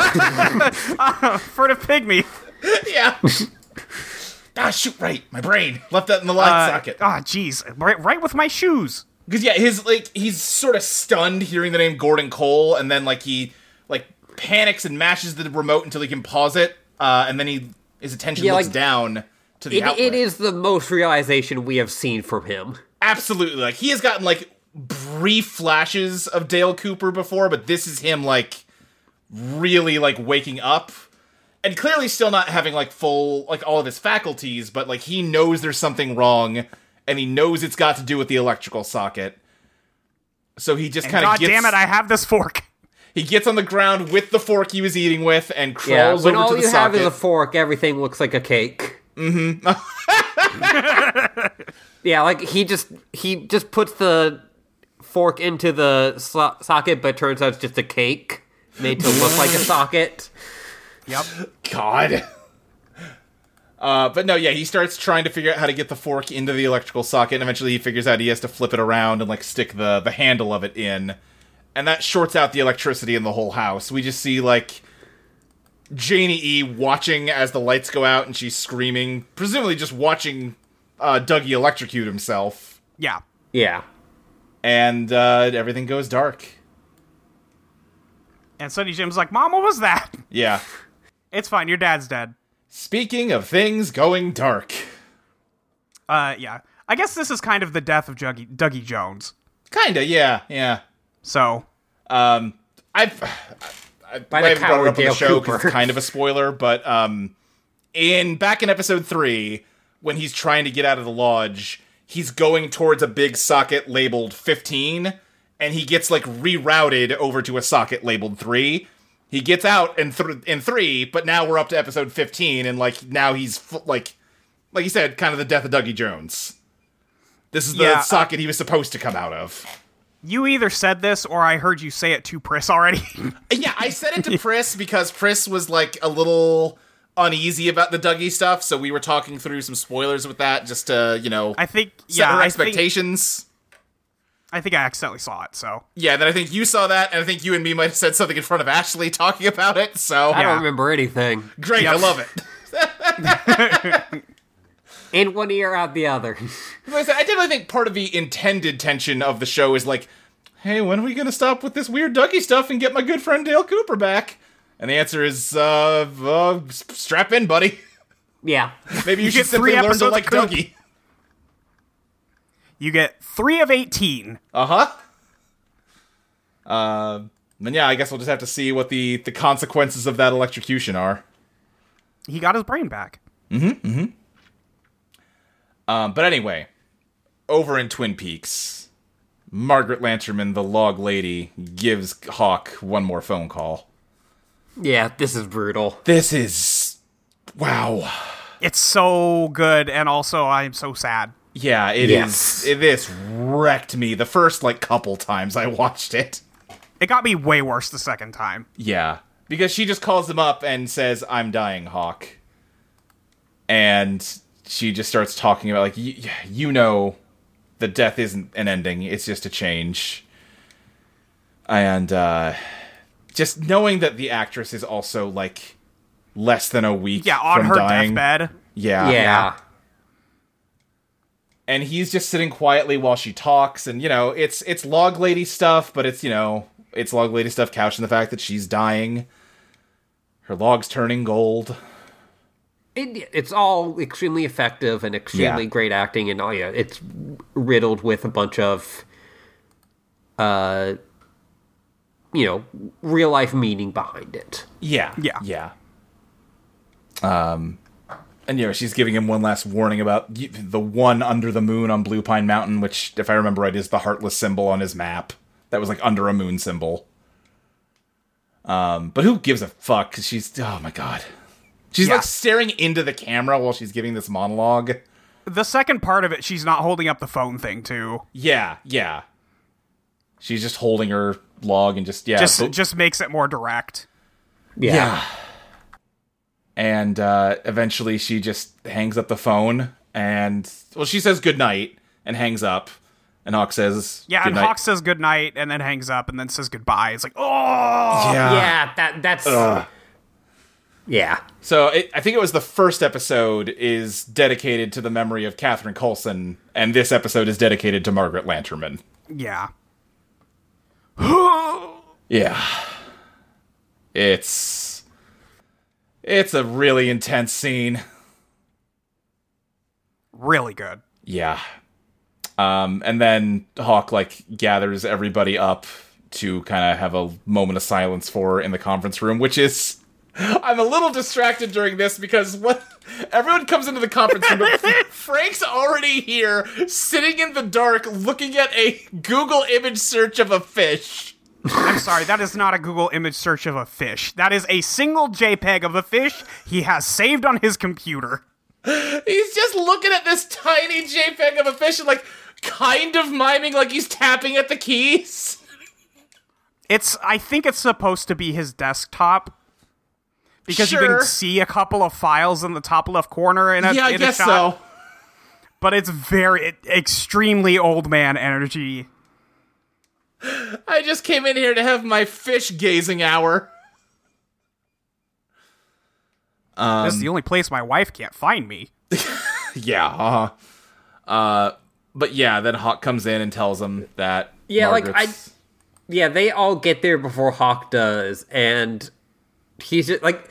S2: for the pygmy.
S3: yeah. ah, shoot! Right, my brain left that in the
S1: Uh,
S3: light
S2: Ah,
S3: socket.
S2: jeez, right, right with my shoes.
S3: Because yeah, his like he's sort of stunned hearing the name Gordon Cole, and then like he like panics and mashes the remote until he can pause it, uh, and then he his attention
S1: Yeah,
S3: looks
S1: like-
S3: down to the
S1: it,
S3: outlet.
S1: it is the most realization we have seen from him.
S3: absolutely like he has gotten like brief flashes of Dale Cooper before, but this is him like really like waking up and clearly still not having like full like all of his faculties, but like he knows there's something wrong and he knows it's got to do with the electrical socket. So he just kind of
S2: God
S3: gets
S2: damn it, I have this fork.
S3: he gets on the ground with the fork he was eating with and
S1: Yeah.
S3: crawls
S1: When
S3: over
S1: all
S3: to the
S1: you have
S3: socket.
S1: is a fork, everything looks like a cake. Mm-hmm. yeah, like he just he just puts the fork into the so- socket, but turns out it's just a cake made to look like a socket.
S2: Yep.
S3: God. Uh, but no, yeah, he starts trying to figure out how to get the fork into the electrical socket, and eventually he figures out he has to flip it around and like stick the the handle of it in, and that shorts out the electricity in the whole house. We just see like Janie E watching as the lights go out, and she's screaming, presumably just watching uh, Dougie electrocute himself,
S2: Yeah.
S1: Yeah.
S3: and uh, everything goes dark.
S2: And Sunny Jim's like, Mom, what was that?
S3: Yeah.
S2: It's fine. Your dad's dead.
S3: Speaking of things going dark,
S2: Uh, yeah. I guess this is kind of the death of Juggy, Dougie Jones.
S3: kinda, yeah, yeah.
S2: So,
S3: Um, I've I,
S1: By
S3: I
S1: the
S3: haven't brought
S1: coward
S3: it up on
S1: Dale
S3: the show 'cause
S1: Cooper.
S3: it's kind of a spoiler, but um, in back in episode three, when he's trying to get out of the lodge, he's going towards a big socket labeled fifteen, and he gets like rerouted over to a socket labeled three. He gets out and th- in three, but now we're up to episode fifteen, and like now he's fu- like, like you said, kind of the death of Dougie Jones. This is the
S1: uh,
S2: Yeah, I-
S3: socket he was supposed to come out of.
S2: you either said this or I heard you say it to Priss already.
S3: Yeah, I said it to Pris because Pris was like a little uneasy about the Dougie stuff, so we were talking through some spoilers with that just to, you know,
S2: I think,
S3: set
S2: yeah.
S3: her
S2: I think,
S3: expectations.
S2: I think I accidentally saw it, so.
S3: yeah, then I think you saw that, and I think you and me might have said something in front of Ashley talking about it, so
S1: I
S2: Yeah.
S1: don't remember anything.
S3: great, I love it.
S1: In one ear, out the other.
S3: Like I said, I definitely think part of the intended tension of the show is like, hey, when are we gonna stop with this weird Dougie stuff and get my good friend Dale Cooper back? And the answer is, uh, uh s- strap in, buddy.
S1: yeah.
S3: Maybe you, should
S2: get three
S3: simply learn
S2: episodes
S3: to
S2: of
S3: like
S2: Coop.
S3: Dougie.
S2: You get three of 18.
S3: Uh-huh. Uh, and yeah, I guess we'll just have to see what the, the consequences of that electrocution are.
S2: He got his brain back.
S3: Um, but anyway, over in Twin Peaks, Margaret Lanterman, the log lady, gives Hawk one more phone call.
S1: Yeah, this is brutal.
S3: This is wow.
S2: It's so good, and also I'm so sad.
S3: Yeah, it is.
S1: Yes.
S3: It, this wrecked me the first like couple times I watched it.
S2: It got me way worse the second time.
S3: Yeah. Because she just calls him up and says, I'm dying, Hawk. And she just starts talking about, like, y- you know, the death isn't an ending, it's just a change. And uh, just knowing that the actress is also, like, less than a week
S2: Yeah, on
S3: from
S2: her
S3: dying.
S2: deathbed.
S3: Yeah.
S1: Yeah.
S3: And he's just sitting quietly while she talks, and you know, it's it's log lady stuff, but it's you know, it's log lady stuff couched in the fact that she's dying. Her log's turning gold.
S1: It, it's all extremely effective and extremely
S3: Yeah.
S1: great acting, and oh yeah, it's riddled with a bunch of, uh, you know, real life meaning behind it.
S3: Yeah.
S2: Yeah.
S3: Yeah. Um, and you know, she's giving him one last warning about y- the one under the moon on Blue Pine Mountain, which, if I remember right, is the heartless symbol on his map. That was like under a moon symbol. Um, but who gives a fuck? 'Cause she's oh my god, she's
S2: Yeah.
S3: like staring into the camera while she's giving this monologue.
S2: The second part of it, she's not holding up the phone thing too.
S3: Yeah, yeah. She's just holding her log and just yeah,
S2: Just
S3: but-
S2: just makes it more direct.
S1: Yeah.
S3: And uh, eventually she just hangs up the phone and, well, she says goodnight and hangs up. And Hawk says,
S2: Yeah, and
S3: goodnight.
S2: Hawk says goodnight and then hangs up and then says goodbye. It's like, oh
S3: Yeah.
S1: yeah, that that's yeah.
S3: So it, I think it was the first episode is dedicated to the memory of Catherine Coulson, and this episode is dedicated to Margaret Lanterman.
S2: yeah.
S3: Yeah. It's. It's a really intense scene.
S2: really good.
S3: Yeah. Um, and then Hawk like gathers everybody up to kind of have a moment of silence for her in the conference room, which is I'm a little distracted during this because what everyone comes into the conference room, but Frank's already here, sitting in the dark, looking at a Google image search of a fish.
S2: I'm sorry, that is not a Google image search of a fish. That is a single JPEG of a fish he has saved on his computer.
S3: He's just looking at this tiny JPEG of a fish and like, kind of miming like he's tapping at the keys.
S2: It's I think it's supposed to be his desktop because you
S3: Sure.
S2: can see a couple of files in the top left corner in a
S3: yeah, I
S2: in
S3: guess
S2: a shot.
S3: so.
S2: But it's very it, extremely old man energy.
S3: I just came in here to have my fish gazing hour.
S2: this
S1: Um,
S2: is the only place my wife can't find me.
S3: Yeah. Uh, uh but yeah, then Hawk comes in and tells him that
S1: Yeah, like,
S3: Margaret's-
S1: Yeah, they all get there before Hawk does, and he's just like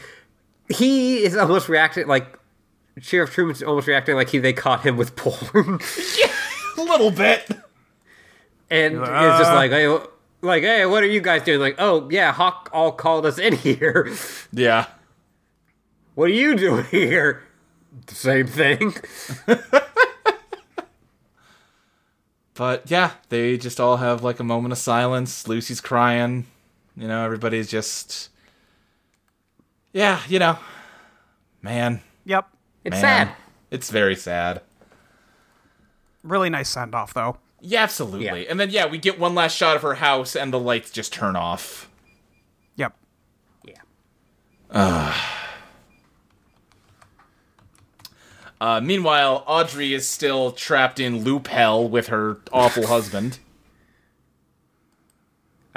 S1: he is almost reacting like Sheriff Truman's almost reacting like he they caught him with porn,
S3: a little bit.
S1: and it's
S3: "Ah."
S1: just like hey, wh- like hey, what are you guys doing? Like, oh yeah, Hawk all called us in here.
S3: Yeah.
S1: What are you doing here? The same thing.
S3: But yeah, they just all have like a moment of silence. Lucy's crying. You know, everybody's just Yeah, you know. Man.
S2: Yep.
S1: It's
S3: man.
S1: sad.
S3: It's very sad.
S2: Really nice send off though.
S3: Yeah, absolutely.
S1: Yeah.
S3: And then yeah, we get one last shot of her house and the lights just turn off.
S2: Yep.
S1: Yeah.
S3: Uh, meanwhile, Audrey is still trapped in loop hell with her awful husband.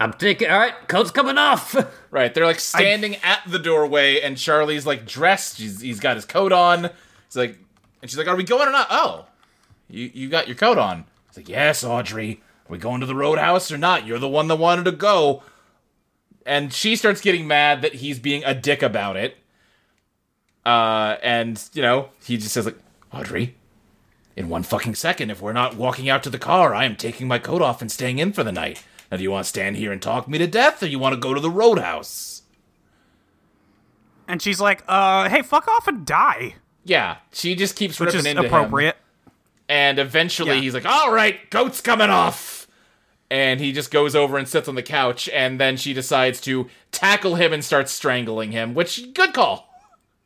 S1: I'm thinking, all right, coat's coming off.
S3: Right, they're like standing at the doorway, and Charlie's like dressed. He's, he's got his coat on. He's like, and she's like, "Are we going or not?" Oh, you you got your coat on. He's like, "Yes, Audrey. Are we going to the roadhouse or not? You're the one that wanted to go." And she starts getting mad that he's being a dick about it. Uh, and you know, he just says like, "Audrey, in one fucking second, if we're not walking out to the car, I am taking my coat off and staying in for the night. Now, do you want to stand here and talk me to death, or you want to go to the roadhouse?"
S2: And she's like, "Uh, hey, fuck off and die,"
S3: Yeah, she just keeps
S2: which
S3: ripping
S2: is
S3: into him,
S2: appropriate.
S3: and eventually
S2: Yeah.
S3: he's like, "All right, goat's coming off," and he just goes over and sits on the couch, and then she decides to tackle him and starts strangling him. Which good call.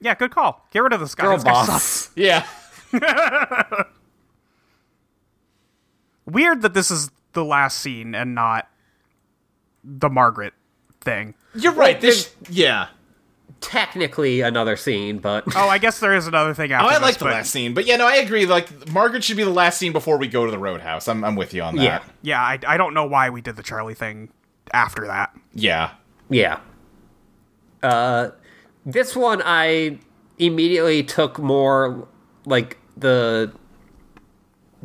S2: Yeah, good call. Get rid of this guy.
S1: Girl
S2: This guy sucks.
S1: boss.
S3: Yeah,
S2: Weird that this is the last scene and not the Margaret thing.
S3: you're right. This yeah.
S1: Technically another scene, but
S2: Oh, I guess there is another thing after
S3: Oh, I
S2: this,
S3: like the
S2: but-
S3: last scene, but yeah, no, I agree. Like Margaret should be the last scene before we go to the roadhouse. I'm I'm with you on that.
S1: Yeah.
S2: Yeah, I, I don't know why we did the Charlie thing after that.
S3: yeah.
S1: Yeah. Uh, this one I immediately took more like the.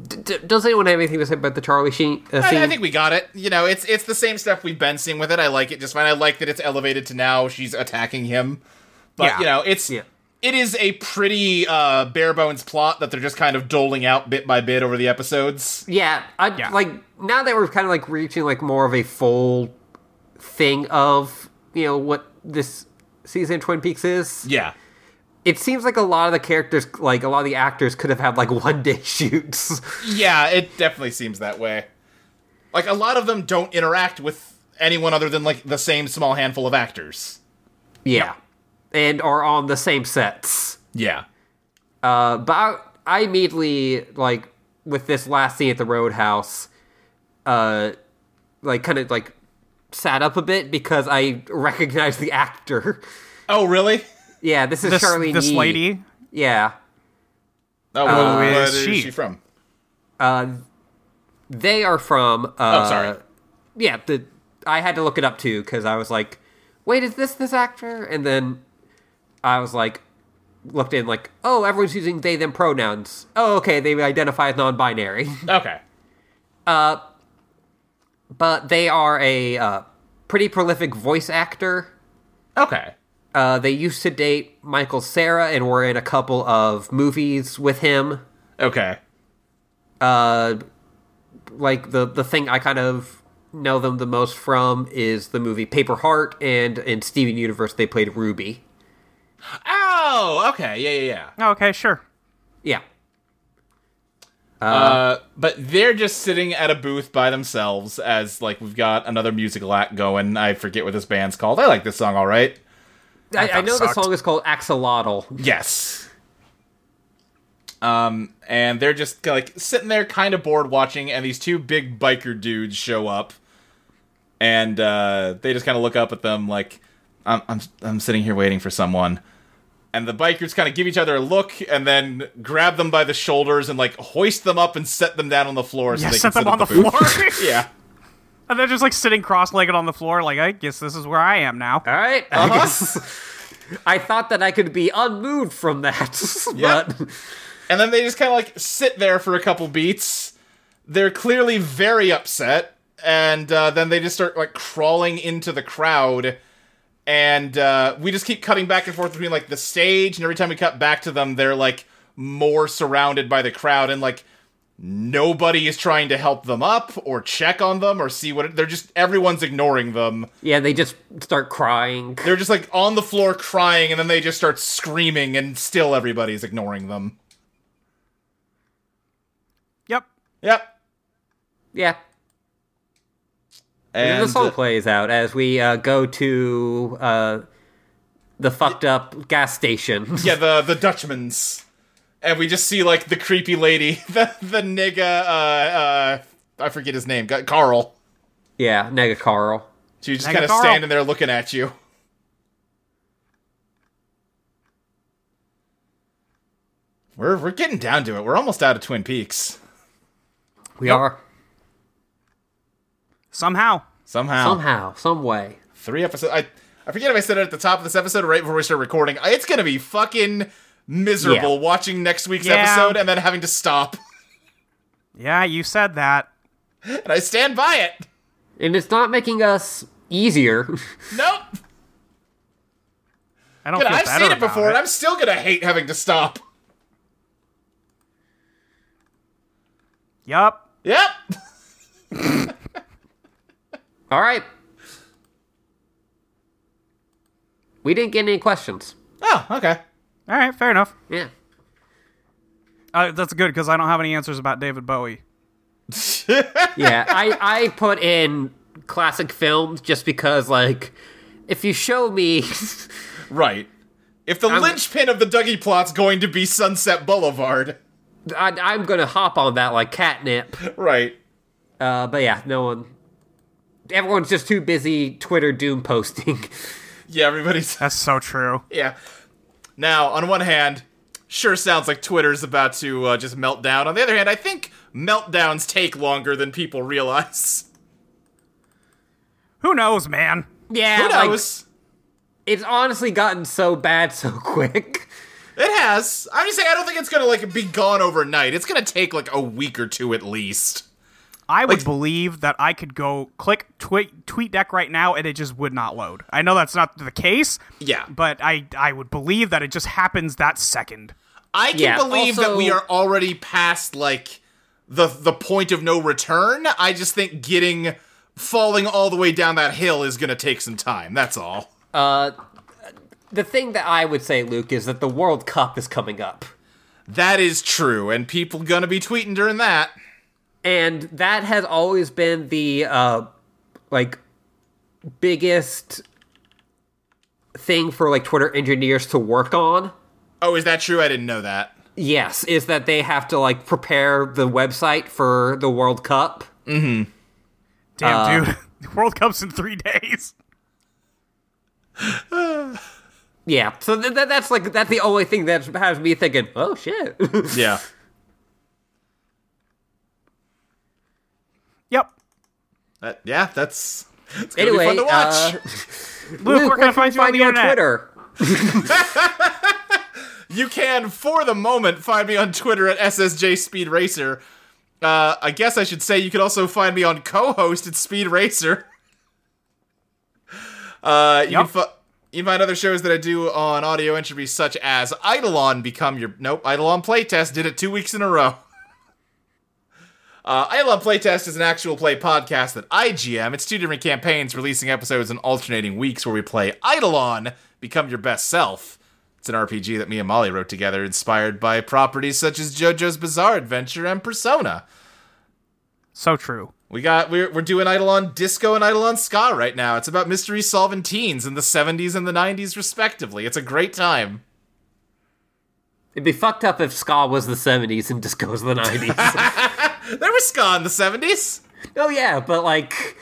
S1: D- d- does anyone have anything to say about the Charlie Sheen uh, scene?
S3: I, I think we got it. You know, it's it's the same stuff we've been seeing with it. I like it just fine. I like that it's elevated to now she's attacking him. But
S2: Yeah.
S3: you know, it's
S1: Yeah.
S3: it is a pretty uh bare bones plot that they're just kind of doling out bit by bit over the episodes.
S1: yeah, I
S2: Yeah.
S1: like now that we're kind of like reaching like more of a full thing of you know what this season of Twin Peaks is.
S3: Yeah.
S1: It seems like a lot of the characters, like a lot of the actors, could have had like one day shoots.
S3: Yeah, it definitely seems that way. Like a lot of them don't interact with anyone other than like the same small handful of actors.
S1: yeah, and are on the same sets.
S3: Yeah.
S1: Uh, but I, I immediately like with this last scene at the roadhouse, uh, like kind of like sat up a bit because I recognized the actor.
S3: Oh, really?
S1: Yeah, this is
S2: This
S1: Charlie.
S2: this
S1: Yee.
S2: lady,
S1: Yeah,
S3: Oh, well,
S2: Who
S3: where
S2: is
S3: is
S2: she?
S3: she from?
S1: they are from.
S3: Oh,
S1: Uh,
S3: sorry.
S1: Yeah, the I had to look it up too because I was like, wait, is this this actor? And then I was like. Looked in like, oh, everyone's using they them pronouns. Oh, okay, they identify as non-binary.
S3: Okay.
S1: but they are a uh, pretty prolific voice actor.
S3: Okay.
S1: Uh, they used to date Michael Sarah and were in a couple of movies with him.
S3: Okay.
S1: Uh, like the the thing I kind of know them the most from is the movie Paper Heart, and in Steven Universe they played Ruby.
S3: Oh, okay. Yeah, yeah, yeah.
S2: Oh, okay, sure.
S1: Yeah,
S3: Uh, but they're just sitting at a booth by themselves as like we've got another musical act going. I forget what this band's called. I like this song, all right.
S1: I, I
S2: thought
S1: know the
S2: sucked.
S1: song is called Axolotl.
S3: Yes. Um, and they're just like sitting there, kind of bored, watching. And these two big biker dudes show up, and uh, they just kind of look up at them like, "I'm I'm I'm sitting here waiting for someone." And the bikers kind of give each other a look, and then grab them by the shoulders and like hoist them up and set them down on the floor. so
S2: Yeah,
S3: they
S2: set
S3: can sit
S2: them on
S3: at
S2: the
S3: booth.
S2: floor.
S3: yeah.
S2: and they're just like sitting cross-legged on the floor. Like I guess this is where I am now.
S1: All right, I guess. Uh-huh. I thought that I could be unmoved from that, but
S3: And then they just kind of like sit there for a couple beats. They're clearly very upset, and uh, then they just start like crawling into the crowd. And uh, we just keep cutting back and forth between like the stage, and every time we cut back to them, they're like more surrounded by the crowd, and like nobody is trying to help them up or check on them or see what they're just everyone's ignoring them.
S1: yeah, they just start crying.
S3: They're just like on the floor crying, and then they just start screaming, and still everybody's ignoring them.
S2: Yep.
S3: Yep.
S1: Yeah,
S3: And
S1: the song
S3: uh,
S1: plays out as we uh, go to uh, the fucked up gas station.
S3: yeah, the the Dutchman's, and we just see like the creepy lady, the the nigga, uh, uh, I forget his name, Got- Carl.
S1: yeah, Nega Carl.
S3: She's just
S2: Nigga
S3: kind of
S2: Carl.
S3: standing there looking at you. We're we're getting down to it. We're almost out of Twin Peaks
S1: We are
S2: Somehow.
S3: somehow.
S1: somehow, some way.
S3: Three episodes. I I forget if I said it at the top of this episode or right before we start recording. It's gonna be fucking miserable
S1: Yeah.
S3: watching next week's
S2: Yeah.
S3: episode and then having to stop.
S2: Yeah, you said that.
S3: And I stand by it.
S1: And it's not making us easier.
S3: Nope.
S2: I don't
S3: But
S2: feel
S3: I've
S2: better
S3: seen it
S2: about
S3: before, and I'm still gonna hate having to stop.
S2: Yep.
S3: Yep.
S1: All right. We didn't get any questions.
S3: Oh, okay.
S2: All right, fair enough.
S1: Yeah.
S2: Uh, that's good because I don't have any answers about David Bowie.
S1: Yeah, I, I put in classic films just because, like, if you show me.
S3: Right. If the linchpin of the Dougie plot's going to be Sunset Boulevard,
S1: I, I'm going to hop on that like catnip.
S3: right?
S1: Uh, but yeah, no one. Everyone's just too busy Twitter doom posting.
S3: Yeah, everybody's
S2: That's so true.
S3: yeah. Now, on one hand, sure sounds like Twitter's about to uh, just melt down. On the other hand, I think meltdowns take longer than people realize.
S2: Who knows, man?
S1: yeah,
S3: Who
S1: like,
S3: knows?
S1: it's honestly gotten so bad so quick.
S3: It has. I'm just saying, I don't think it's gonna like be gone overnight. It's gonna take like a week or two at least.
S2: I would believe that I could go click tweet tweet deck right now and it just would not load. I know that's not the case,
S3: Yeah.
S2: but I I would believe that it just happens that second.
S3: I can
S1: Yeah,
S3: believe that we
S1: also-
S3: are already past like the the point of no return. I just think getting falling all the way down that hill is going to take some time. That's all. Uh,
S1: The thing that I would say, Luke, is that the World Cup is coming up.
S3: That is true, and people going to be tweeting during that.
S1: and that has always been the uh like biggest thing for like twitter engineers to work on
S3: Oh, is that true? I didn't know that.
S1: yes is that they have to like prepare the website for the world cup
S3: Uh.
S2: Damn, dude, the World Cup's in three days.
S1: yeah so th- th- that's like that's the only thing that has me thinking oh shit
S3: Yeah.
S2: Yep.
S3: That, yeah, that's it's gonna
S1: anyway
S3: be fun to watch.
S1: uh,
S2: Luke,
S1: Luke,
S2: we're
S1: where
S2: gonna
S1: can we
S2: find you on
S1: find
S2: the
S1: you on
S2: internet.
S1: twitter
S3: You can, for the moment, find me on Twitter at SSJ Speed Racer. Uh, I guess I should say you can also find me on co-host at Speed Racer. Uh, you,
S2: Yup.
S3: can fi- you can find other shows that I do on audio entropy, such as Eidolon Become Your... Nope, Eidolon Playtest did it two weeks in a row. Uh, Eidolon Playtest is an actual play podcast that I GM. It's two different campaigns releasing episodes in alternating weeks where we play Eidolon Become Your Best Self. It's an RPG that me and Molly wrote together, inspired by properties such as JoJo's Bizarre Adventure and Persona.
S2: So true.
S3: We got we're we're doing Eidolon Disco and Eidolon Ska right now. It's about mystery solving teens in the 70s and the 90s respectively. It's a great time.
S1: It'd be fucked up if ska was the 70s and disco's the 90s.
S3: There was ska in the 70s.
S1: oh, yeah, but like,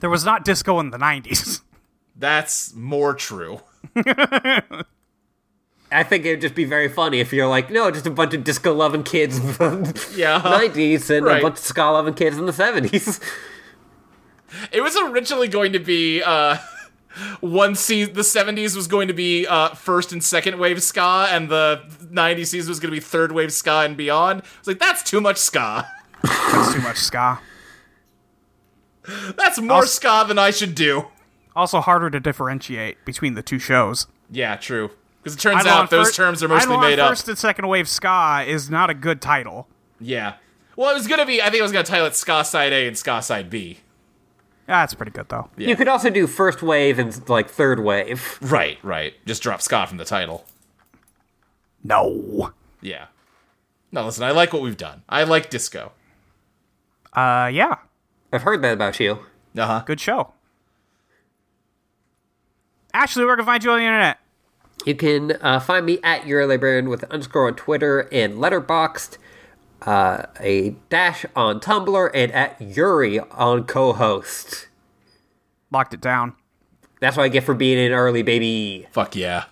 S2: There was not disco in the 90s.
S3: That's more true.
S1: I think it'd just be very funny if you're like, no, just a bunch of disco loving kids in the
S3: Yeah.
S1: 90s and
S3: Right.
S1: a bunch of ska loving kids in the 70s.
S3: It was originally going to be uh one season the 70s was going to be uh first and second wave ska and the 90s season was going to be third wave ska and beyond. It's like that's too much ska.
S2: That's too much ska.
S3: That's more ska than I should do.
S2: Also harder to differentiate between the two shows.
S3: Yeah, true. Because it turns
S2: Eidolon
S3: out those
S2: Fir-
S3: terms are mostly
S2: Eidolon
S3: made up.
S2: First and second wave ska is not a good title.
S3: Yeah. Well, it was gonna be. I think it was gonna title it Ska Side A and Ska Side B.
S2: Yeah, that's pretty good though.
S1: You could also do first wave and like third wave.
S3: Right, right. Just drop Ska from the title.
S2: No.
S3: Yeah. No, listen. I like what we've done. I like disco.
S2: Uh, yeah,
S1: I've heard that about you.
S3: Uh huh.
S2: good show. Ashley, where can I find you on the internet?
S1: You can uh, find me at your librarian with an underscore on Twitter and Letterboxed, uh, a dash on Tumblr, and at Yuri on co-host.
S2: Locked it down.
S1: That's what I get for being an early baby,
S3: Fuck yeah.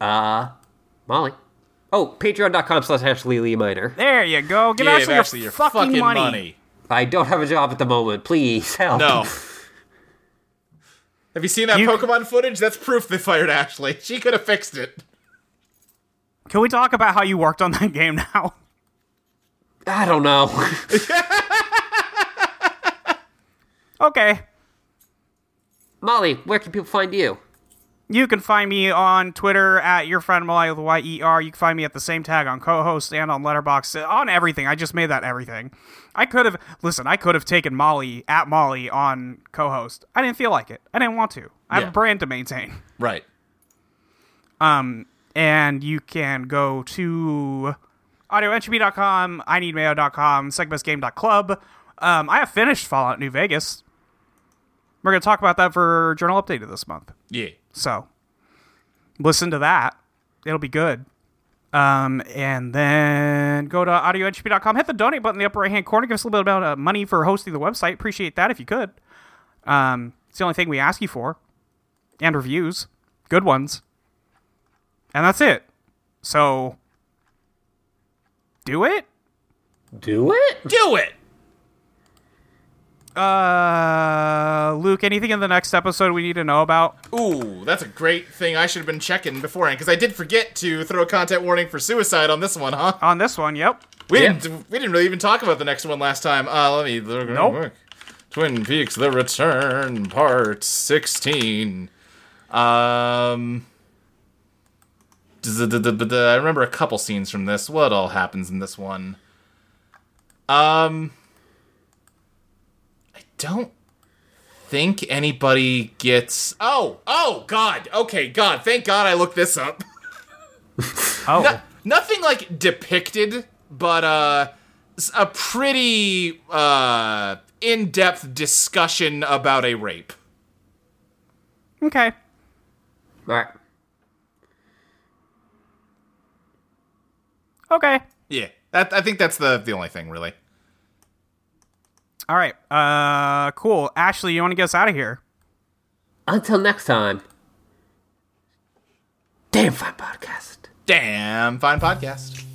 S1: Molly. Oh, patreon.com slash Ashley Lee Minor.
S2: There you go. Give
S3: Give
S2: Ashley
S3: Ashley
S2: your, fucking, money.
S1: I don't have a job at the moment. Please help.
S3: No. Have you seen that
S2: You-
S3: Pokemon footage? That's proof they fired Ashley. She could have fixed it.
S2: Can we talk about how you worked on that game now?
S1: I don't know.
S2: okay.
S1: Molly, where can people find you?
S2: You can find me on Twitter at your friend Malay with Y E R. You can find me at the same tag on co-host and on Letterbox on everything. I just made that everything. I could have listen. I could have taken Molly at Molly on co-host. I didn't feel like it. I didn't want to. I have
S3: Yeah.
S2: a brand to maintain.
S3: Right.
S2: and you can go to audioentropy.com, I needmayo.com, segmustgame.club. Um, I have finished Fallout New Vegas. We're going to talk about that for Journal Update of this month.
S3: Yeah.
S2: So listen to that. It'll be good. Um, and then go to audioentropy.com, hit the donate button in the upper right hand corner, give us a little bit of uh, money for hosting the website. Appreciate that if you could. Um, it's the only thing we ask you for. And reviews, good ones. And that's it. So do it.
S1: Do it?
S3: Do it.
S2: Uh, Luke, anything in the next episode we need to know about?
S3: Ooh, that's a great thing I should have been checking beforehand because I did forget to throw a content warning for suicide on this one, huh?
S2: On this one, yep.
S3: We
S1: Yeah.
S3: didn't. We didn't really even talk about the next one last time. Uh, let me.
S2: Nope.
S3: Twin Peaks: The Return, Part Sixteen. Um. d- d- d- d- d- I remember a couple scenes from this. What all happens in this one? Um. I don't think anybody gets. Oh, oh, God. Okay, God. Thank God I looked this up.
S2: Oh,
S3: No- nothing like depicted, but uh, s- a pretty uh, in-depth discussion about a rape.
S2: okay.
S1: All right.
S2: Okay.
S3: Yeah, that, I think that's the the only thing really.
S2: All right. Uh, cool. Ashley, you want to get us out of here?
S1: Until next time. Damn fine podcast.
S3: Damn fine podcast.